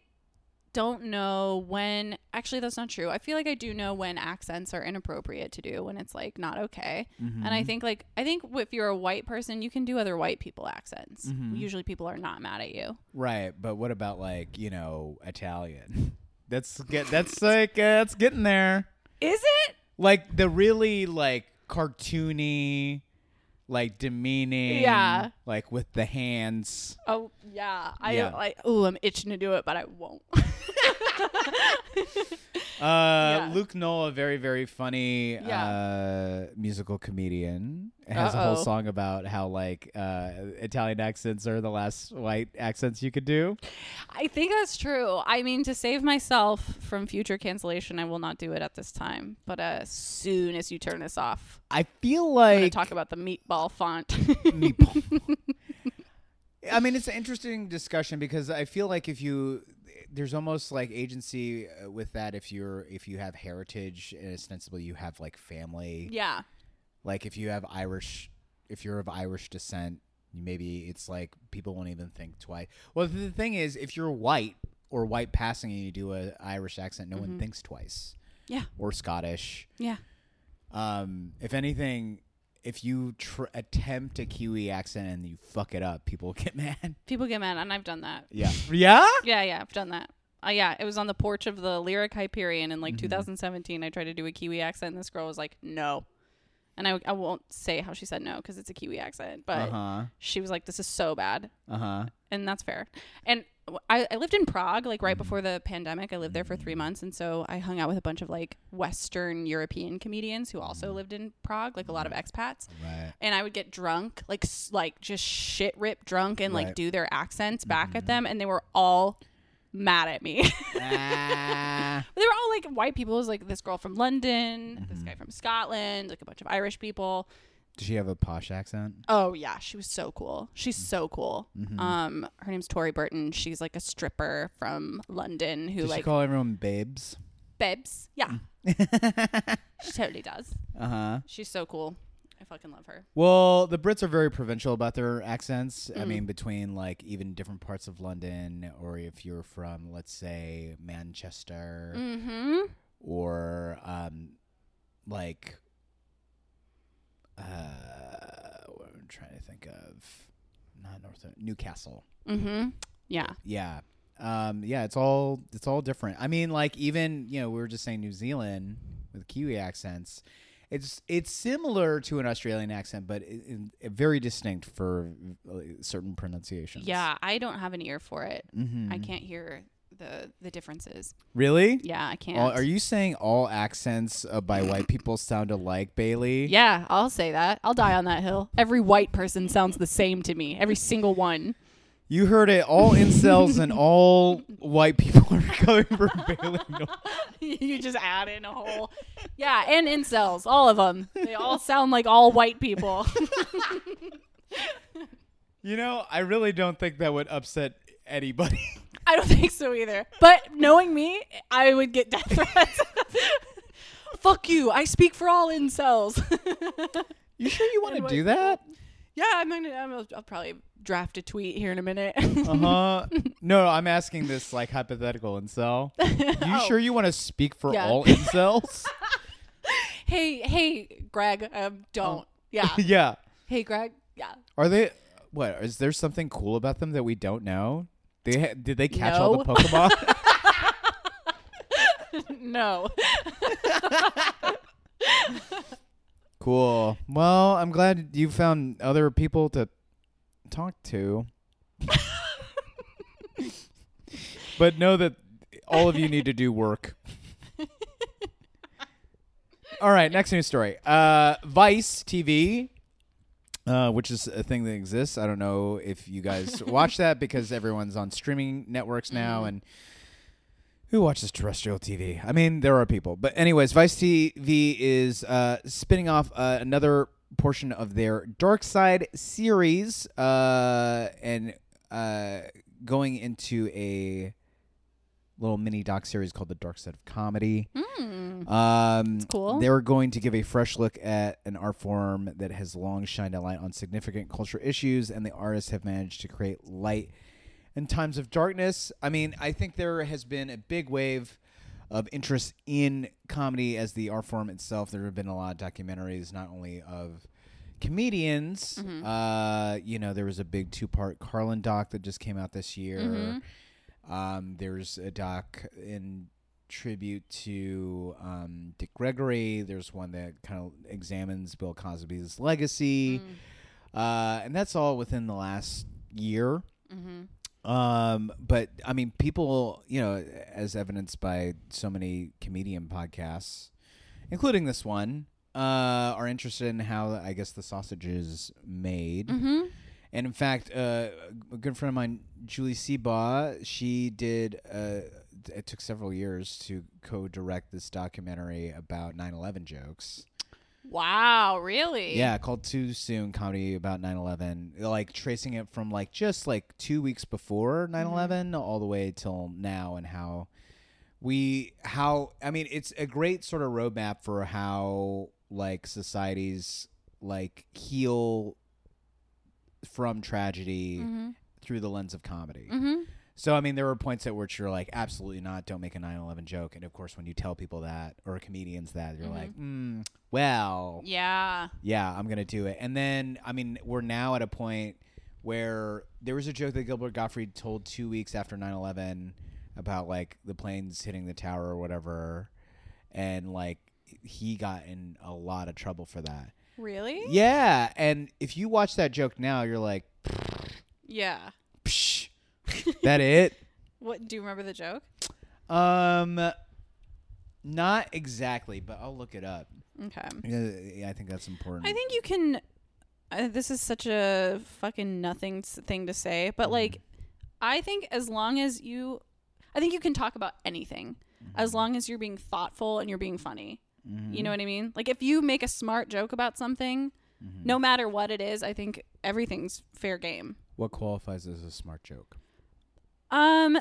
Speaker 3: don't know when. Actually, that's not true. I feel like I do know when accents are inappropriate to do when it's like not okay. And
Speaker 2: Mm-hmm.
Speaker 3: I think like I think if you're a white person, you can do other white people accents.
Speaker 2: Mm-hmm.
Speaker 3: Usually, people are not mad at you.
Speaker 2: right. But what about like you know Italian? That's get that's like uh, that's getting there.
Speaker 3: Is it?
Speaker 2: Like the really like cartoony, like demeaning,
Speaker 3: Yeah.
Speaker 2: like with the hands.
Speaker 3: Oh yeah, I
Speaker 2: Yeah.
Speaker 3: like. Oh, I'm itching to do it, but I won't.
Speaker 2: Uh,
Speaker 3: Yeah.
Speaker 2: Luke Knoll, a very very funny uh, musical comedian, has a
Speaker 3: Uh-oh.
Speaker 2: whole song about how like uh, Italian accents are the last white accents you could do.
Speaker 3: I think that's true. I mean, to save myself from future cancellation, I will not do it at this time. But as soon as you turn this off,
Speaker 2: I feel
Speaker 3: I'm gonna
Speaker 2: like
Speaker 3: talk about the meatball font.
Speaker 2: meatball. I mean, it's an interesting discussion because I feel like if you there's almost like agency uh, with that if you're if you have heritage and ostensibly you have like family
Speaker 3: yeah,
Speaker 2: like if you have irish if you're of irish descent maybe it's like people won't even think twice well the thing is if you're white or white passing and you do a irish accent no one thinks twice
Speaker 3: Mm-hmm. yeah,
Speaker 2: or scottish
Speaker 3: yeah.
Speaker 2: Um, if anything, if you tr- attempt a Kiwi accent and you fuck it up, people get mad.
Speaker 3: People get mad, and I've done that.
Speaker 2: Yeah. Yeah?
Speaker 3: Yeah, yeah, I've done that. Uh, yeah, it was on the porch of the Lyric Hyperion in like
Speaker 2: Mm-hmm.
Speaker 3: 2017. I tried to do a Kiwi accent, and this girl was like, "No," and I, I won't say how she said no because it's a Kiwi accent, but
Speaker 2: Uh huh.
Speaker 3: she was like, "This is so bad,"
Speaker 2: Uh huh.
Speaker 3: and that's fair. And w- I, I lived in Prague like right before the pandemic. I lived there for three months, and so I hung out with a bunch of like Western European comedians who also lived in Prague, like a lot of expats
Speaker 2: Right.
Speaker 3: and I would get drunk, like s- like just shit rip drunk, and like
Speaker 2: Right.
Speaker 3: do their accents back at them, and they were all mad at me.
Speaker 2: Ah.
Speaker 3: they were all like white people. It was like this girl from London, this guy from Scotland, like a bunch of Irish people.
Speaker 2: Does she have a posh accent?
Speaker 3: Oh yeah, she was so cool. She's
Speaker 2: Mm.
Speaker 3: so cool.
Speaker 2: Mm-hmm.
Speaker 3: Um, her name's Tori Burton. She's like a stripper from London who
Speaker 2: Does she
Speaker 3: like
Speaker 2: call Mm. everyone babes?
Speaker 3: bibs. Yeah, she totally does.
Speaker 2: Uh huh.
Speaker 3: She's so cool. I fucking love her.
Speaker 2: Well, the Brits are very provincial about their accents. I mean, between like even different parts of London, or if you're from, let's say, Manchester,
Speaker 3: Mm-hmm.
Speaker 2: or um, like, uh, what I'm trying to think of, not North Newcastle.
Speaker 3: Mm-hmm. Yeah.
Speaker 2: Yeah, um, yeah, it's all it's all different. I mean, like even you know we were just saying New Zealand with Kiwi accents. It's it's similar to an Australian accent, but i i very distinct for uh, certain pronunciations.
Speaker 3: Yeah, I don't have an ear for it.
Speaker 2: Mhm.
Speaker 3: I can't hear the the differences.
Speaker 2: Really?
Speaker 3: Yeah, I can't.
Speaker 2: All, are you saying all accents uh, by white people sound alike, Bailey?
Speaker 3: Yeah, I'll say that. I'll die on that hill. Every white person sounds the same to me. Every single one.
Speaker 2: You heard it. All incels and all white people are going for Bailey. North.
Speaker 3: you just add in a whole. Yeah, and incels, all of them. They all sound like all white people.
Speaker 2: You know, I really don't think that would upset anybody.
Speaker 3: I don't think so either. But knowing me, I would get death threats. Fuck you. I speak for all incels.
Speaker 2: you sure you want to
Speaker 3: Anyway.
Speaker 2: do that?
Speaker 3: yeah, I'm gonna. I'm, I'll, I'll probably draft a tweet here in a minute.
Speaker 2: Uh huh. no, I'm asking this like hypothetical incel. You sure you want to speak for
Speaker 3: Oh. Yeah.
Speaker 2: all incels?
Speaker 3: hey, hey, Greg, um, don't.
Speaker 2: Oh.
Speaker 3: Yeah.
Speaker 2: yeah.
Speaker 3: hey, Greg. Yeah.
Speaker 2: Are they? What is there something cool about them that we don't know? They ha- did they catch all the
Speaker 3: No.
Speaker 2: Pokemon?
Speaker 3: No.
Speaker 2: cool. Well, I'm glad you found other people to talk to. but know that all of you need to do work. all right, next news story. Uh, Vice TV uh, which is a thing that exists. I don't know if you guys watch that because everyone's on streaming networks now and who watches terrestrial TV? I mean, there are people. But anyways, Vice TV is uh, spinning off uh, another portion of their Dark Side series uh, and uh, going into a little mini doc series called The Dark Side of Comedy. Um,
Speaker 3: cool.
Speaker 2: They were going to give a fresh look at an art form that has long shined a light on significant cultural issues, and the artists have managed to create light in times of darkness. I mean, I think there has been a big wave of interest in comedy as the art form itself. There have been a lot of documentaries, not only of comedians. Uh, you know, there was a big two-part Carlin doc that just came out this year. Um, there's a doc in tribute to um, Dick Gregory. There's one that kind of examines Bill Cosby's legacy, uh, and that's all within the last year.
Speaker 3: Mm-hmm.
Speaker 2: Um, but I mean, people, you know, as evidenced by so many comedian podcasts, including this one, uh, are interested in how I guess the sausage is made. And in fact, uh, a good friend of mine, Julie Seabaugh, she did. Uh, it took several years to co-direct this documentary about 9/11 jokes.
Speaker 3: Wow, really?
Speaker 2: Yeah, called Too Soon comedy about 9/11, like tracing it from like just like 2 weeks before 9/11 all the way till now and how we how I mean, it's a great sort of roadmap for how like societies like heal from tragedy
Speaker 3: Mhm. Mm-hmm.
Speaker 2: through the lens of comedy.
Speaker 3: Mhm.
Speaker 2: So I mean, there were points at which you're like, absolutely not, don't make a 9/11 joke. And of course, when you tell people that or comedians that, you're like, mm, well,
Speaker 3: Yeah.
Speaker 2: yeah, I'm gonna do it. And then I mean, we're now at a point where there was a joke that Gilbert Gottfried told two weeks after 9/11 about like the planes hitting the tower or whatever, and like he got in a lot of trouble for that.
Speaker 3: Really?
Speaker 2: Yeah, and if you watch that joke now, you're like,
Speaker 3: Yeah.
Speaker 2: Psh, that it?
Speaker 3: What do you remember the joke?
Speaker 2: Um, not exactly, but I'll look it up.
Speaker 3: Okay.
Speaker 2: Yeah, yeah, I think that's important.
Speaker 3: I think you can. Uh, this is such a fucking nothing s- thing to say, but like, I think as long as you, I think you can talk about anything as long as you're being thoughtful and you're being funny. You know what I mean? Like, if you make a smart joke about something, no matter what it is, I think everything's fair game.
Speaker 2: what qualifies as a smart joke?
Speaker 3: Um,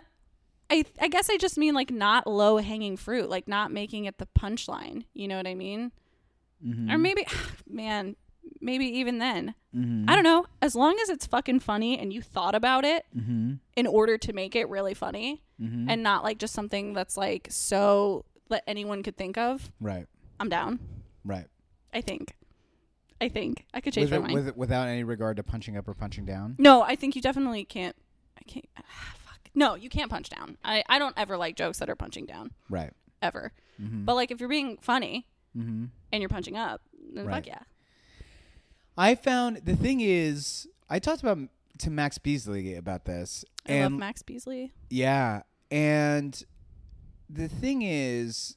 Speaker 3: I I guess I just mean like not low hanging fruit, like not making it the punchline. You know what I mean?
Speaker 2: Mm-hmm.
Speaker 3: Or maybe, man, maybe even then,
Speaker 2: Mm-hmm.
Speaker 3: I don't know. As long as it's fucking funny and you thought about it
Speaker 2: Mm-hmm.
Speaker 3: in order to make it really funny, and not like just something that's like so that anyone could think of,
Speaker 2: Right,
Speaker 3: I'm down.
Speaker 2: right.
Speaker 3: I think, I think I could change
Speaker 2: With-
Speaker 3: my mind.
Speaker 2: with- without any regard to punching up or punching down.
Speaker 3: No, I think you definitely can't. I can't. fuck. No, you can't punch down. I, I don't ever like jokes that are punching down
Speaker 2: Right.
Speaker 3: ever. But like if you're being funny
Speaker 2: Mm-hmm.
Speaker 3: and you're punching up, then
Speaker 2: Right.
Speaker 3: fuck yeah.
Speaker 2: I found the thing is, I talked about to Max Beasley about this,
Speaker 3: I
Speaker 2: and
Speaker 3: love Max Beasley.
Speaker 2: Yeah. And the thing is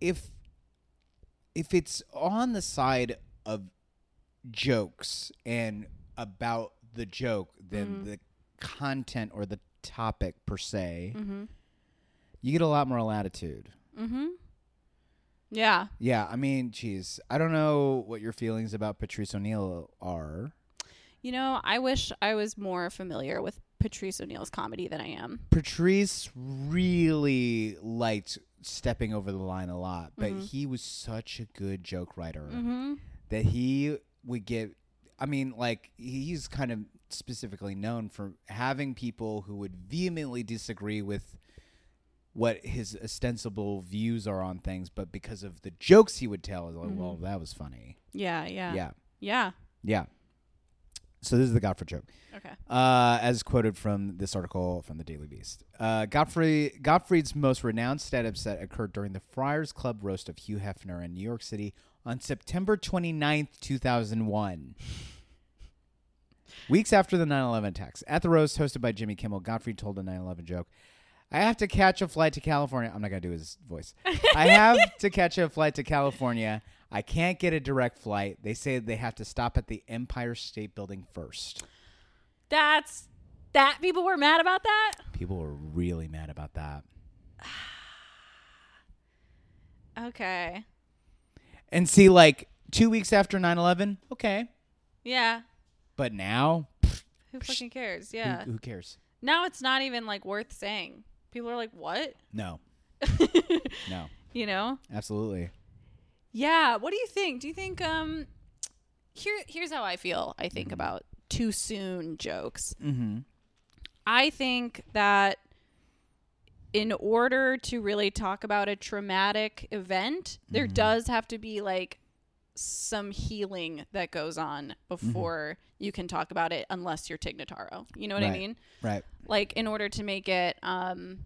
Speaker 2: if if it's on the side of jokes and about the joke than
Speaker 3: Mm-hmm.
Speaker 2: the content or the topic per se,
Speaker 3: Mhm.
Speaker 2: you get a lot more latitude.
Speaker 3: Mm-hmm. Yeah.
Speaker 2: Yeah, I mean, geez, I don't know what your feelings about Patrice O'Neill are.
Speaker 3: You know, I wish I was more familiar with Patrice O'Neill's comedy than I am.
Speaker 2: Patrice really liked stepping over the line a lot, but he was such a good joke writer
Speaker 3: Mm-hmm.
Speaker 2: that he would get. I mean, like he's kind of specifically known for having people who would vehemently disagree with what his ostensible views are on things, but because of the jokes he would tell, it's like, well, that was funny.
Speaker 3: Yeah, yeah.
Speaker 2: Mm-hmm. Yeah,
Speaker 3: Yeah.
Speaker 2: yeah. So this is the Godfrey joke.
Speaker 3: Okay.
Speaker 2: Uh, as quoted from this article from the Daily Beast, uh, Godfrey Gottfried's most renowned stand-up set occurred during the Friars Club roast of Hugh Hefner in New York City on September 29th, 2001. Weeks after the 9/11 attacks, at the roast hosted by Jimmy Kimmel, Godfrey told a 9/11 joke. I have to catch a flight to California. I'm not gonna do his voice. I have to catch a flight to California. I can't get a direct flight. They say they have to stop at the Empire State Building first.
Speaker 3: That's that people were mad about that?
Speaker 2: People were really mad about that.
Speaker 3: Okay.
Speaker 2: And see, like two weeks after 9 11, okay.
Speaker 3: Yeah.
Speaker 2: But now,
Speaker 3: Who fucking cares? Yeah.
Speaker 2: who, who cares?
Speaker 3: Now it's not even like worth saying. People are like, "What?"
Speaker 2: No, no,
Speaker 3: you know?
Speaker 2: absolutely.
Speaker 3: Yeah. What do you think? Do you think um here here's how I feel, I think, about too soon jokes.
Speaker 2: Mm-hmm.
Speaker 3: I think that in order to really talk about a traumatic event, there does have to be like some healing that goes on before you can talk about it unless you're Tignataro. You know what I
Speaker 2: Right.
Speaker 3: mean?
Speaker 2: Right.
Speaker 3: like in order to make it um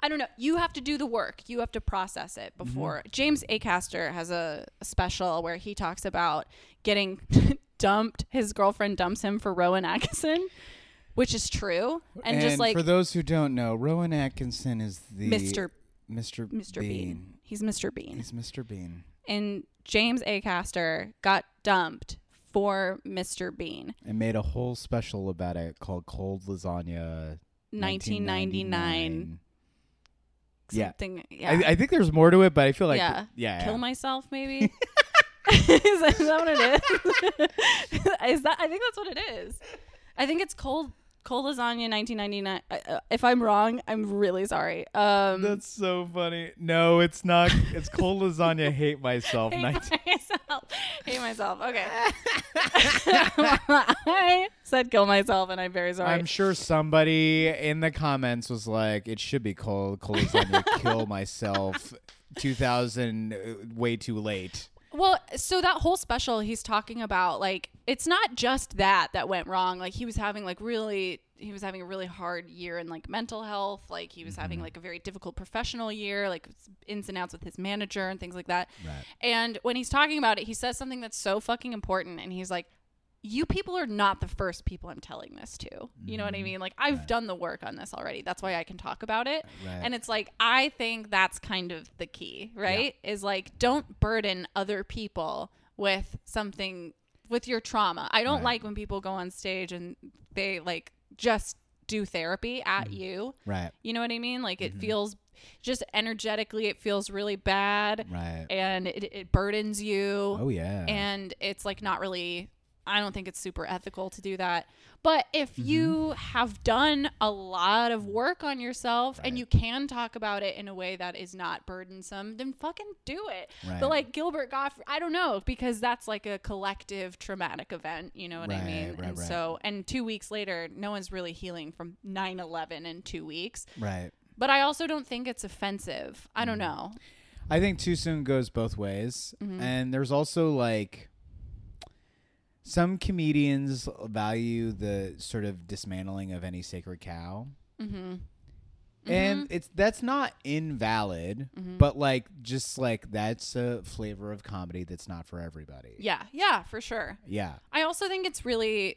Speaker 3: I don't know. You have to do the work. You have to process it
Speaker 2: Mm-hmm.
Speaker 3: before. James Acaster has a a special where he talks about getting dumped. His girlfriend dumps him for Rowan Atkinson, which is true. And, just like
Speaker 2: for those who don't know, Rowan Atkinson is the
Speaker 3: Mr.
Speaker 2: Mr.
Speaker 3: Mr. Bean. He's Mr. Bean.
Speaker 2: He's Mr. Bean.
Speaker 3: And James Acaster got dumped for Mr. Bean.
Speaker 2: And made a whole special about it called Cold Lasagna
Speaker 3: 1999.
Speaker 2: Yeah.
Speaker 3: Something. Yeah.
Speaker 2: I, I think there's more to it, but I feel like
Speaker 3: yeah.
Speaker 2: yeah,
Speaker 3: Kill myself, maybe. is, that, is that what it is? is that? I think that's what it is. I think it's cold cold lasagna, 1999. Uh, uh, if I'm wrong, I'm really sorry. Um,
Speaker 2: That's so funny. No, it's not. It's cold lasagna. Hate myself.
Speaker 3: hate
Speaker 2: 19-
Speaker 3: myself. myself. Hate myself. Okay. I said kill myself, and I'm very sorry.
Speaker 2: I'm sure somebody in the comments was like, "It should be cold. Cold is going to kill myself." 2000, uh, way too late.
Speaker 3: Well, so that whole special he's talking about, like, it's not just that that went wrong. Like, he was having, like, really, he was having a really hard year in, like, mental health. Like, he was having, like, a very difficult professional year, like, ins and outs with his manager and things like that.
Speaker 2: Right.
Speaker 3: And when he's talking about it, he says something that's so fucking important. And he's like, you people are not the first people I'm telling this to. You know what I mean? Like, I've done the work on this already. That's why I can talk about it.
Speaker 2: Right.
Speaker 3: And it's like, I think that's kind of the key, right? Is like, don't burden other people with something, with your trauma. I don't
Speaker 2: Right.
Speaker 3: like when people go on stage and they like just do therapy
Speaker 2: Mm-hmm.
Speaker 3: at you.
Speaker 2: Right.
Speaker 3: You know what I mean? Like, it
Speaker 2: Mm-hmm.
Speaker 3: feels just energetically, it feels really bad
Speaker 2: Right.
Speaker 3: and it, it burdens you
Speaker 2: Oh yeah.
Speaker 3: and it's like not really I don't think it's super ethical to do that. But if
Speaker 2: Mm-hmm.
Speaker 3: you have done a lot of work on yourself and
Speaker 2: Right.
Speaker 3: you can talk about it in a way that is not burdensome, then fucking do it.
Speaker 2: Right.
Speaker 3: But like Gilbert Goff, I don't know because that's like a collective traumatic event, you know what I
Speaker 2: Right,
Speaker 3: mean?
Speaker 2: right,
Speaker 3: and
Speaker 2: right.
Speaker 3: so and 2 weeks later, no one's really healing from 9/11 in 2 weeks.
Speaker 2: right.
Speaker 3: But I also don't think it's offensive. I
Speaker 2: Mm.
Speaker 3: don't know.
Speaker 2: I think too soon goes both ways. And there's also like some comedians value the sort of dismantling of any sacred cow. Mm-hmm. And it's that's not invalid, but like just like that's a flavor of comedy that's not for everybody.
Speaker 3: Yeah, yeah, for sure.
Speaker 2: Yeah.
Speaker 3: I also think it's really,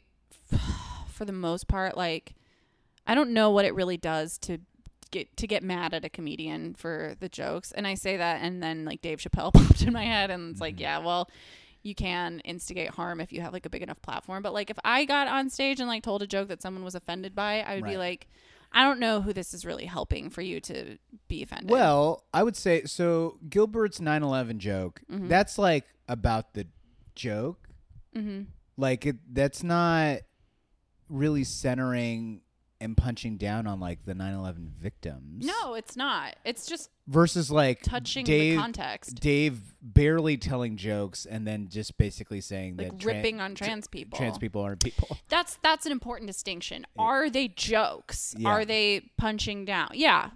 Speaker 3: for the most part, like I don't know what it really does to get to get mad at a comedian for the jokes, and I say that, and then like Dave Chappelle popped in my head, and it's like,
Speaker 2: Mm-hmm.
Speaker 3: yeah, well, you can instigate harm if you have like a big enough platform, but like if I got on stage and like told a joke that someone was offended by, I would be
Speaker 2: Right.
Speaker 3: like, I don't know who this is really helping for you to be offended.
Speaker 2: Well, I would say so Gilbert's 9/11 joke. That's like about the joke.
Speaker 3: hmm
Speaker 2: like it, that's not really centering and punching down on like the 9/11 victims.
Speaker 3: no, it's not. It's just
Speaker 2: versus like
Speaker 3: touching
Speaker 2: Dave,
Speaker 3: the context.
Speaker 2: Dave barely telling jokes and then just basically saying
Speaker 3: Like
Speaker 2: that
Speaker 3: ripping on trans people.
Speaker 2: Trans people aren't people.
Speaker 3: That's that's an important distinction. Are they jokes?
Speaker 2: Yeah.
Speaker 3: Are they punching down? Yeah.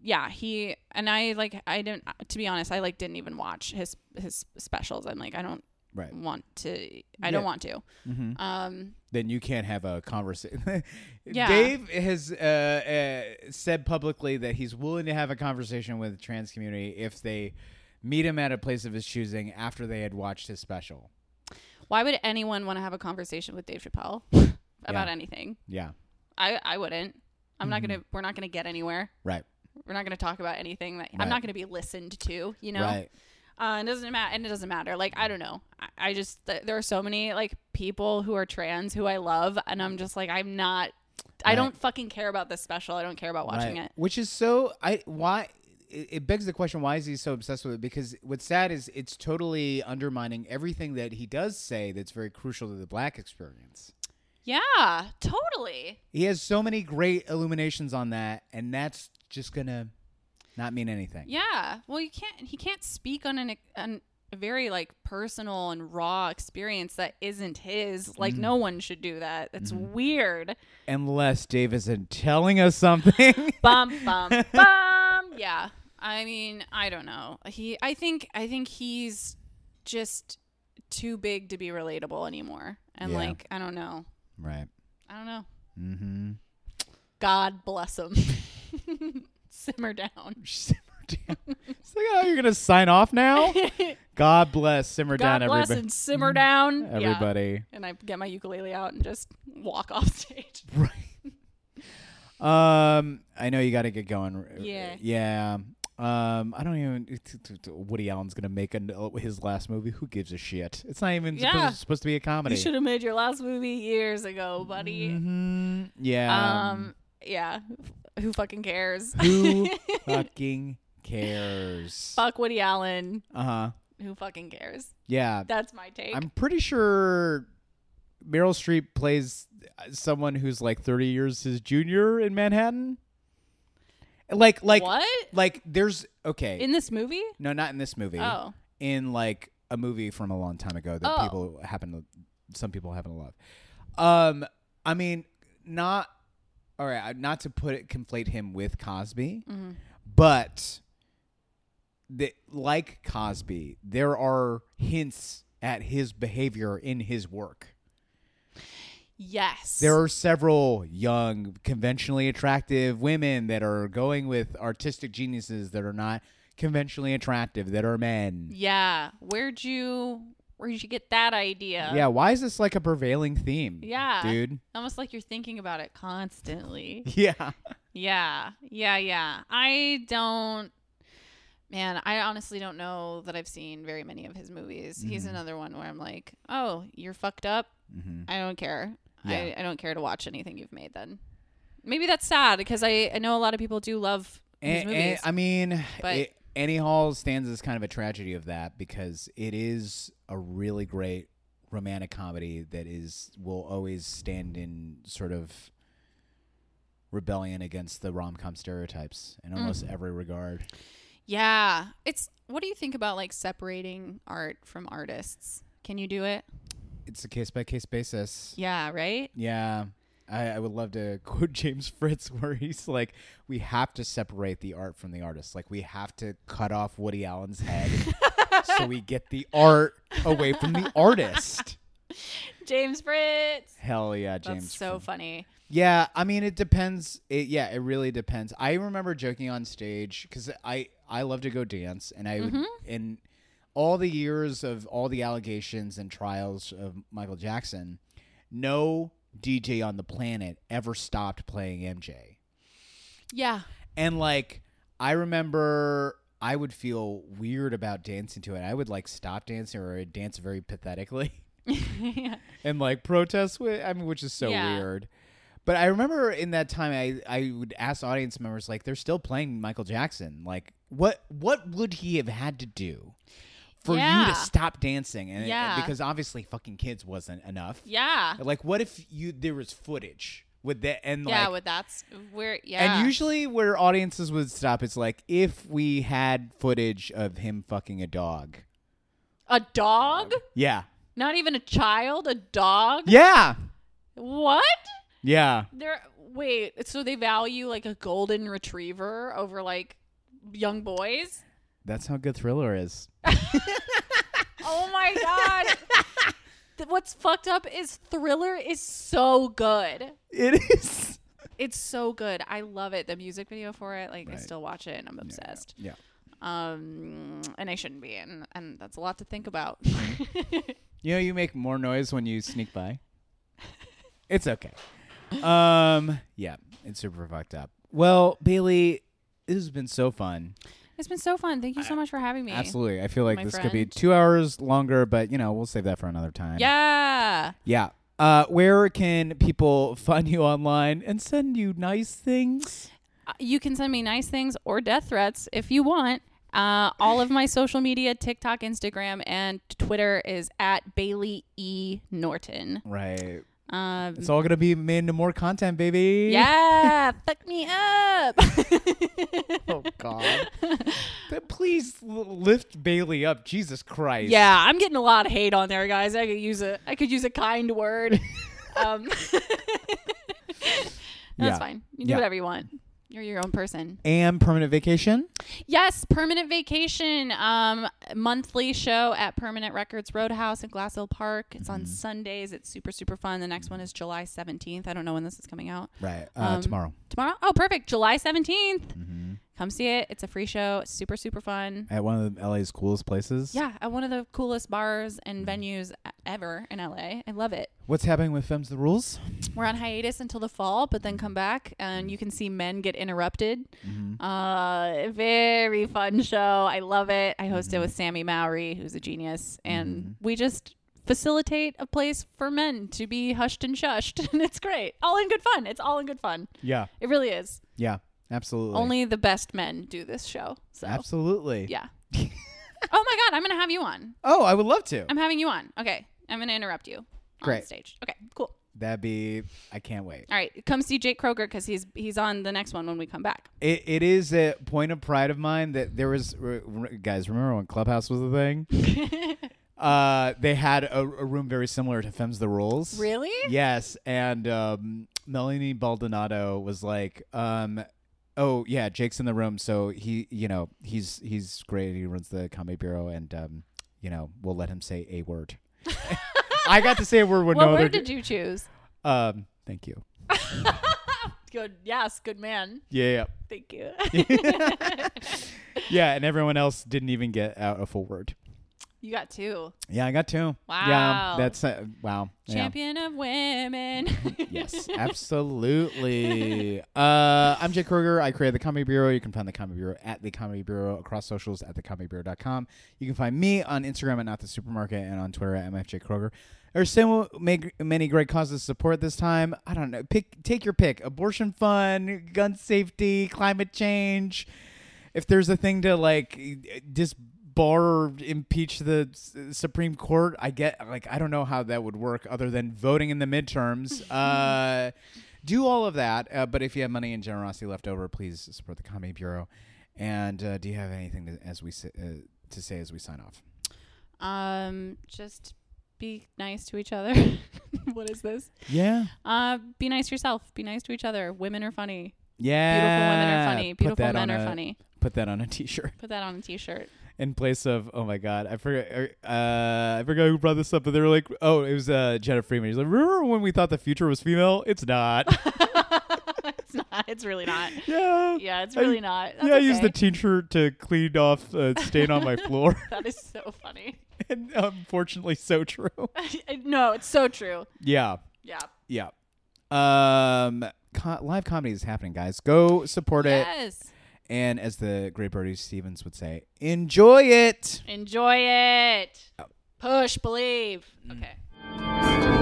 Speaker 3: Yeah, he and I like I didn't to be honest, I like didn't even watch his his specials. I'm like I don't
Speaker 2: Right.
Speaker 3: want to I
Speaker 2: Yeah.
Speaker 3: don't
Speaker 2: Mm-hmm.
Speaker 3: want to. Um
Speaker 2: Then you can't have a conversation.
Speaker 3: Yeah.
Speaker 2: Dave has uh, uh, said publicly that he's willing to have a conversation with the trans community if they meet him at a place of his choosing after they had watched his special.
Speaker 3: why would anyone want to have a conversation with Dave Chappelle about anything?
Speaker 2: Yeah.
Speaker 3: I I wouldn't. I'm
Speaker 2: Mm-hmm.
Speaker 3: not going to we're not going to get anywhere.
Speaker 2: Right.
Speaker 3: We're not going to talk about anything that
Speaker 2: Right.
Speaker 3: I'm not going to be listened to, you know.
Speaker 2: Right.
Speaker 3: Uh, it doesn't matter, and it doesn't matter. Like I don't know. I, I just th- there are so many like people who are trans who I love, and I'm just like I'm not. I
Speaker 2: Right.
Speaker 3: don't fucking care about this special. I don't care about watching
Speaker 2: Right.
Speaker 3: it.
Speaker 2: Which is so I why it, it begs the question why is he so obsessed with it? Because what's sad is it's totally undermining everything that he does say that's very crucial to the black experience.
Speaker 3: Yeah, totally.
Speaker 2: He has so many great illuminations on that, and that's just gonna not mean anything.
Speaker 3: Yeah. Well, you can't. He can't speak on an, e, an a very like personal and raw experience that isn't his.
Speaker 2: Mm.
Speaker 3: Like no one should do that. It's
Speaker 2: Mm-hmm.
Speaker 3: weird.
Speaker 2: Unless Dave isn't telling us something.
Speaker 3: bum bum bum. Yeah. I mean, I don't know. He I think I think he's just too big to be relatable anymore. And
Speaker 2: Yeah.
Speaker 3: like, I don't know.
Speaker 2: right.
Speaker 3: I don't know.
Speaker 2: Mm-hmm.
Speaker 3: God bless him. Simmer down.
Speaker 2: Simmer down. It's like, oh, you're gonna sign off now? God bless. Simmer
Speaker 3: God
Speaker 2: down,
Speaker 3: bless
Speaker 2: everybody.
Speaker 3: and simmer down. Yeah.
Speaker 2: Everybody.
Speaker 3: And I get my ukulele out and just walk off stage.
Speaker 2: Right. um, I know you got to get going.
Speaker 3: Yeah.
Speaker 2: Yeah. Um, I don't even. t- t- t- Woody Allen's gonna make an, uh, his last movie. Who gives a shit? It's not even supposed-
Speaker 3: Yeah.
Speaker 2: supposed, to be a comedy.
Speaker 3: You should have made your last movie years ago, buddy.
Speaker 2: Mhm. Yeah.
Speaker 3: Um, yeah. Who fucking cares?
Speaker 2: Who fucking cares?
Speaker 3: Fuck Woody Allen.
Speaker 2: Uh huh.
Speaker 3: Who fucking cares?
Speaker 2: Yeah.
Speaker 3: That's my take.
Speaker 2: I'm pretty sure Meryl Streep plays uh, someone who's like 30 years his junior in Manhattan. Like, like,
Speaker 3: what
Speaker 2: like. There's okay.
Speaker 3: in this movie?
Speaker 2: No, not in this movie.
Speaker 3: Oh,
Speaker 2: In like a movie from a long time ago that
Speaker 3: Oh.
Speaker 2: people happen to some people happen to love. Um, I mean, not all right. I- Not to put it conflate him with
Speaker 3: Oh,
Speaker 2: Cosby,
Speaker 3: mm-hmm.
Speaker 2: but the, like Cosby, there are hints at his behavior in his work.
Speaker 3: Yes.
Speaker 2: There are several young, conventionally attractive women that are going with artistic geniuses that are not conventionally attractive, that are men.
Speaker 3: yeah. Where'd you where'd you get that idea?
Speaker 2: Yeah, why is this like a prevailing theme?
Speaker 3: Yeah.
Speaker 2: Dude.
Speaker 3: Almost like you're thinking about it constantly.
Speaker 2: Yeah.
Speaker 3: Yeah, yeah, yeah. I don't. Man, I honestly don't know that I've seen very many of his movies. He's
Speaker 2: Mm-hmm.
Speaker 3: another one where I'm like, oh, you're fucked up. I don't care. I,
Speaker 2: Yeah.
Speaker 3: I don't care to watch anything you've made then. Maybe that's sad because I, I know a lot of people do love his
Speaker 2: And,
Speaker 3: movies.
Speaker 2: and- I mean,
Speaker 3: But-
Speaker 2: it, Annie Hall stands as kind of a tragedy of that because it is a really great romantic comedy that is will always stand in sort of rebellion against the rom-com stereotypes
Speaker 3: Mm.
Speaker 2: in almost every regard.
Speaker 3: yeah. It's what do you think about like separating art from artists? Can you do it?
Speaker 2: It's a case by case basis.
Speaker 3: Yeah, right?
Speaker 2: Yeah. I, I would love to quote James Fritz where he's like, We have to separate the art from the artist. Like we have to cut off Woody Allen's head so we get the art away from the artist.
Speaker 3: James Fritz.
Speaker 2: Hell yeah, James.
Speaker 3: That's so
Speaker 2: Fritz.
Speaker 3: funny.
Speaker 2: Yeah, I mean it depends. It, yeah, it really depends. I remember joking on stage because I I love to go dance, and I would and all the years of all the allegations and trials of Michael Jackson, no DJ on the planet ever stopped playing MJ.
Speaker 3: Yeah.
Speaker 2: And like I remember I would feel weird about dancing to it. I would like stop dancing or I'd dance very pathetically
Speaker 3: yeah.
Speaker 2: and like protest with I mean which is so
Speaker 3: Yeah.
Speaker 2: weird. But I remember in that time I I would ask audience members like they're still playing Michael Jackson. Like what what would he have had to do for you
Speaker 3: Yeah.
Speaker 2: to stop dancing? And it-
Speaker 3: Yeah.
Speaker 2: because obviously fucking kids wasn't enough.
Speaker 3: Yeah.
Speaker 2: Like what if you there was footage with that and
Speaker 3: yeah,
Speaker 2: like
Speaker 3: well, that's where. Yeah,
Speaker 2: And usually, where audiences would stop is like if we had footage of him fucking a dog.
Speaker 3: a dog,
Speaker 2: Yeah.
Speaker 3: not even a child, a dog.
Speaker 2: Yeah.
Speaker 3: What?
Speaker 2: Yeah.
Speaker 3: They're wait. So they value like a golden retriever over like young boys.
Speaker 2: That's how good Thriller is.
Speaker 3: Oh my god. Th- What's fucked up is Thriller is so good.
Speaker 2: It is.
Speaker 3: It's so good. I love it. The music video for it, like I
Speaker 2: Right.
Speaker 3: still watch it and I'm obsessed.
Speaker 2: Yeah.
Speaker 3: Um and I shouldn't be and and that's a lot to think about.
Speaker 2: Mm-hmm. You know, you make more noise when you sneak by. it's okay. Um. Yeah. It's super fucked up. Well, Bailey, this has been so fun.
Speaker 3: it's been so fun. Thank you so much for having me.
Speaker 2: Absolutely. I feel like
Speaker 3: My
Speaker 2: this could be
Speaker 3: friend.
Speaker 2: two hours longer, but you know, we'll save that for another time.
Speaker 3: Yeah.
Speaker 2: Yeah. Uh, where can people find you online and send you nice things?
Speaker 3: Uh, you can send me nice things or death threats if you want. Uh, all of my social media, TikTok, Instagram, and Twitter is at Bailey E Norton.
Speaker 2: Right.
Speaker 3: Um,
Speaker 2: It's all gonna be made into more content, baby.
Speaker 3: yeah, fuck me up.
Speaker 2: Oh God. But Please l- lift Bailey up, Jesus Christ.
Speaker 3: yeah, I'm getting a lot of hate on there, guys. I could use a, I could use a kind word. um, that's
Speaker 2: Yeah.
Speaker 3: fine. You do
Speaker 2: Yeah.
Speaker 3: whatever you want. You're your own person.
Speaker 2: And permanent vacation.
Speaker 3: Yes, Permanent Vacation, um, monthly show at Permanent Records Roadhouse in Glassell Park. It's
Speaker 2: Mm-hmm.
Speaker 3: on Sundays. It's super, super fun. The next one is July 17th. I don't know when this is coming out.
Speaker 2: Right. Uh,
Speaker 3: Um,
Speaker 2: tomorrow
Speaker 3: Tomorrow? Oh, perfect. July 17th.
Speaker 2: Mm-hmm.
Speaker 3: Come see it. It's a free show. It's super, super fun.
Speaker 2: at one of the LA's coolest places.
Speaker 3: Yeah, at one of the coolest bars and
Speaker 2: Mm-hmm.
Speaker 3: venues e- ever in LA. I love it.
Speaker 2: What's happening with Femmes the Rules?
Speaker 3: We're on hiatus until the fall,
Speaker 2: Mm-hmm.
Speaker 3: but then come back and you can see men get interrupted. Uh, very fun show. I love it. I host it
Speaker 2: Mm-hmm.
Speaker 3: with Sammy Mowry, who's a genius, and we just facilitate a place for men to be hushed and shushed, and it's great. All in good fun. It's all in good fun.
Speaker 2: Yeah.
Speaker 3: It really is.
Speaker 2: Yeah. Absolutely.
Speaker 3: Only the best men do this show. So
Speaker 2: Absolutely.
Speaker 3: yeah. oh my god, I'm gonna have you on.
Speaker 2: Oh, I would love to.
Speaker 3: I'm having you on. Okay, I'm gonna interrupt you. On
Speaker 2: Great.
Speaker 3: stage. Okay, cool.
Speaker 2: That'd be. I can't wait.
Speaker 3: All right, come see Jake Kroger because he's he's on the next one when we come back.
Speaker 2: It, it is a point of pride of mine that there was r- r- guys. Remember when Clubhouse was a thing? uh, they had a, a room very similar to Femmes the Rules.
Speaker 3: Really?
Speaker 2: Yes, and um, Melanie Baldonado was like, um, "Oh yeah, Jake's in the room, so he, you know, he's he's great. He runs the comedy bureau, and um, you know, we'll let him say a word." I got to say a word when
Speaker 3: What
Speaker 2: no other.
Speaker 3: word did you choose?
Speaker 2: um, thank you.
Speaker 3: Good. Yes. Good man.
Speaker 2: Yeah,
Speaker 3: Thank you.
Speaker 2: yeah, yeah, and everyone else didn't even get out a full word.
Speaker 3: you got two.
Speaker 2: Yeah, I got two. Yeah,
Speaker 3: Wow.
Speaker 2: that's uh, wow. Yeah.
Speaker 3: Champion of women.
Speaker 2: Yes, absolutely. uh, I'm Jake Kroger. I created the Comedy Bureau. You can find the Comedy Bureau at the Comedy Bureau across socials at thecomedybureau.com. You can find me on Instagram at Not the Supermarket and on Twitter at MFJ Kroger. There are so ma- many great causes to support this time. I don't know. Pick, take your pick: abortion fund, gun safety, climate change. If there's a thing to like e, disbar or impeach the S- Supreme Court, I get like I don't know how that would work other than voting in the midterms. uh, do all of that, uh, but if you have money and generosity left over, please support the Comedy Bureau. And uh, do you have anything to, as we s- uh, to say as we sign off?
Speaker 3: um, just be nice to each other. what is this?
Speaker 2: Yeah,
Speaker 3: Uh, be nice to yourself. Be nice to each other. Women are funny. Beautiful
Speaker 2: yeah.
Speaker 3: women are funny.
Speaker 2: Put
Speaker 3: Beautiful
Speaker 2: that
Speaker 3: men
Speaker 2: on
Speaker 3: are
Speaker 2: a-
Speaker 3: funny.
Speaker 2: Put that on a t-shirt.
Speaker 3: Put that on a t-shirt.
Speaker 2: in place of oh my god I forget uh, I forgot who brought this up but they were like oh it was uh, Jenna Freeman he's like remember when we thought the future was female it's not
Speaker 3: it's not. It's really not.
Speaker 2: yeah
Speaker 3: Yeah, it's
Speaker 2: I-
Speaker 3: really not. That's
Speaker 2: yeah I used the
Speaker 3: okay.
Speaker 2: t-shirt to clean off a stain on my floor
Speaker 3: that is so funny.
Speaker 2: and unfortunately so true
Speaker 3: no, it's so true.
Speaker 2: yeah
Speaker 3: Yeah.
Speaker 2: yeah um co- live comedy is happening guys go support it
Speaker 3: Yes.
Speaker 2: and as the great Bertie Stevens would say enjoy it
Speaker 3: Enjoy it. Push, believe. Okay.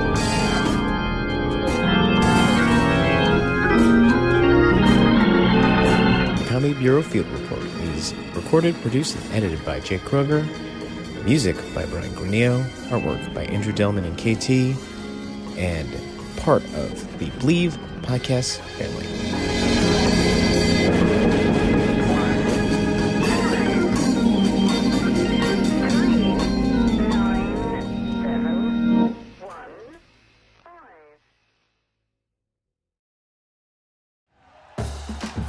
Speaker 4: The Comedy Bureau Field Report is recorded, produced, and edited by Jake Kroger. Music by Brian Granillo. Artwork by Andrew Delman and KT. And part of the Believe podcast family.
Speaker 5: nine, seven, one, five.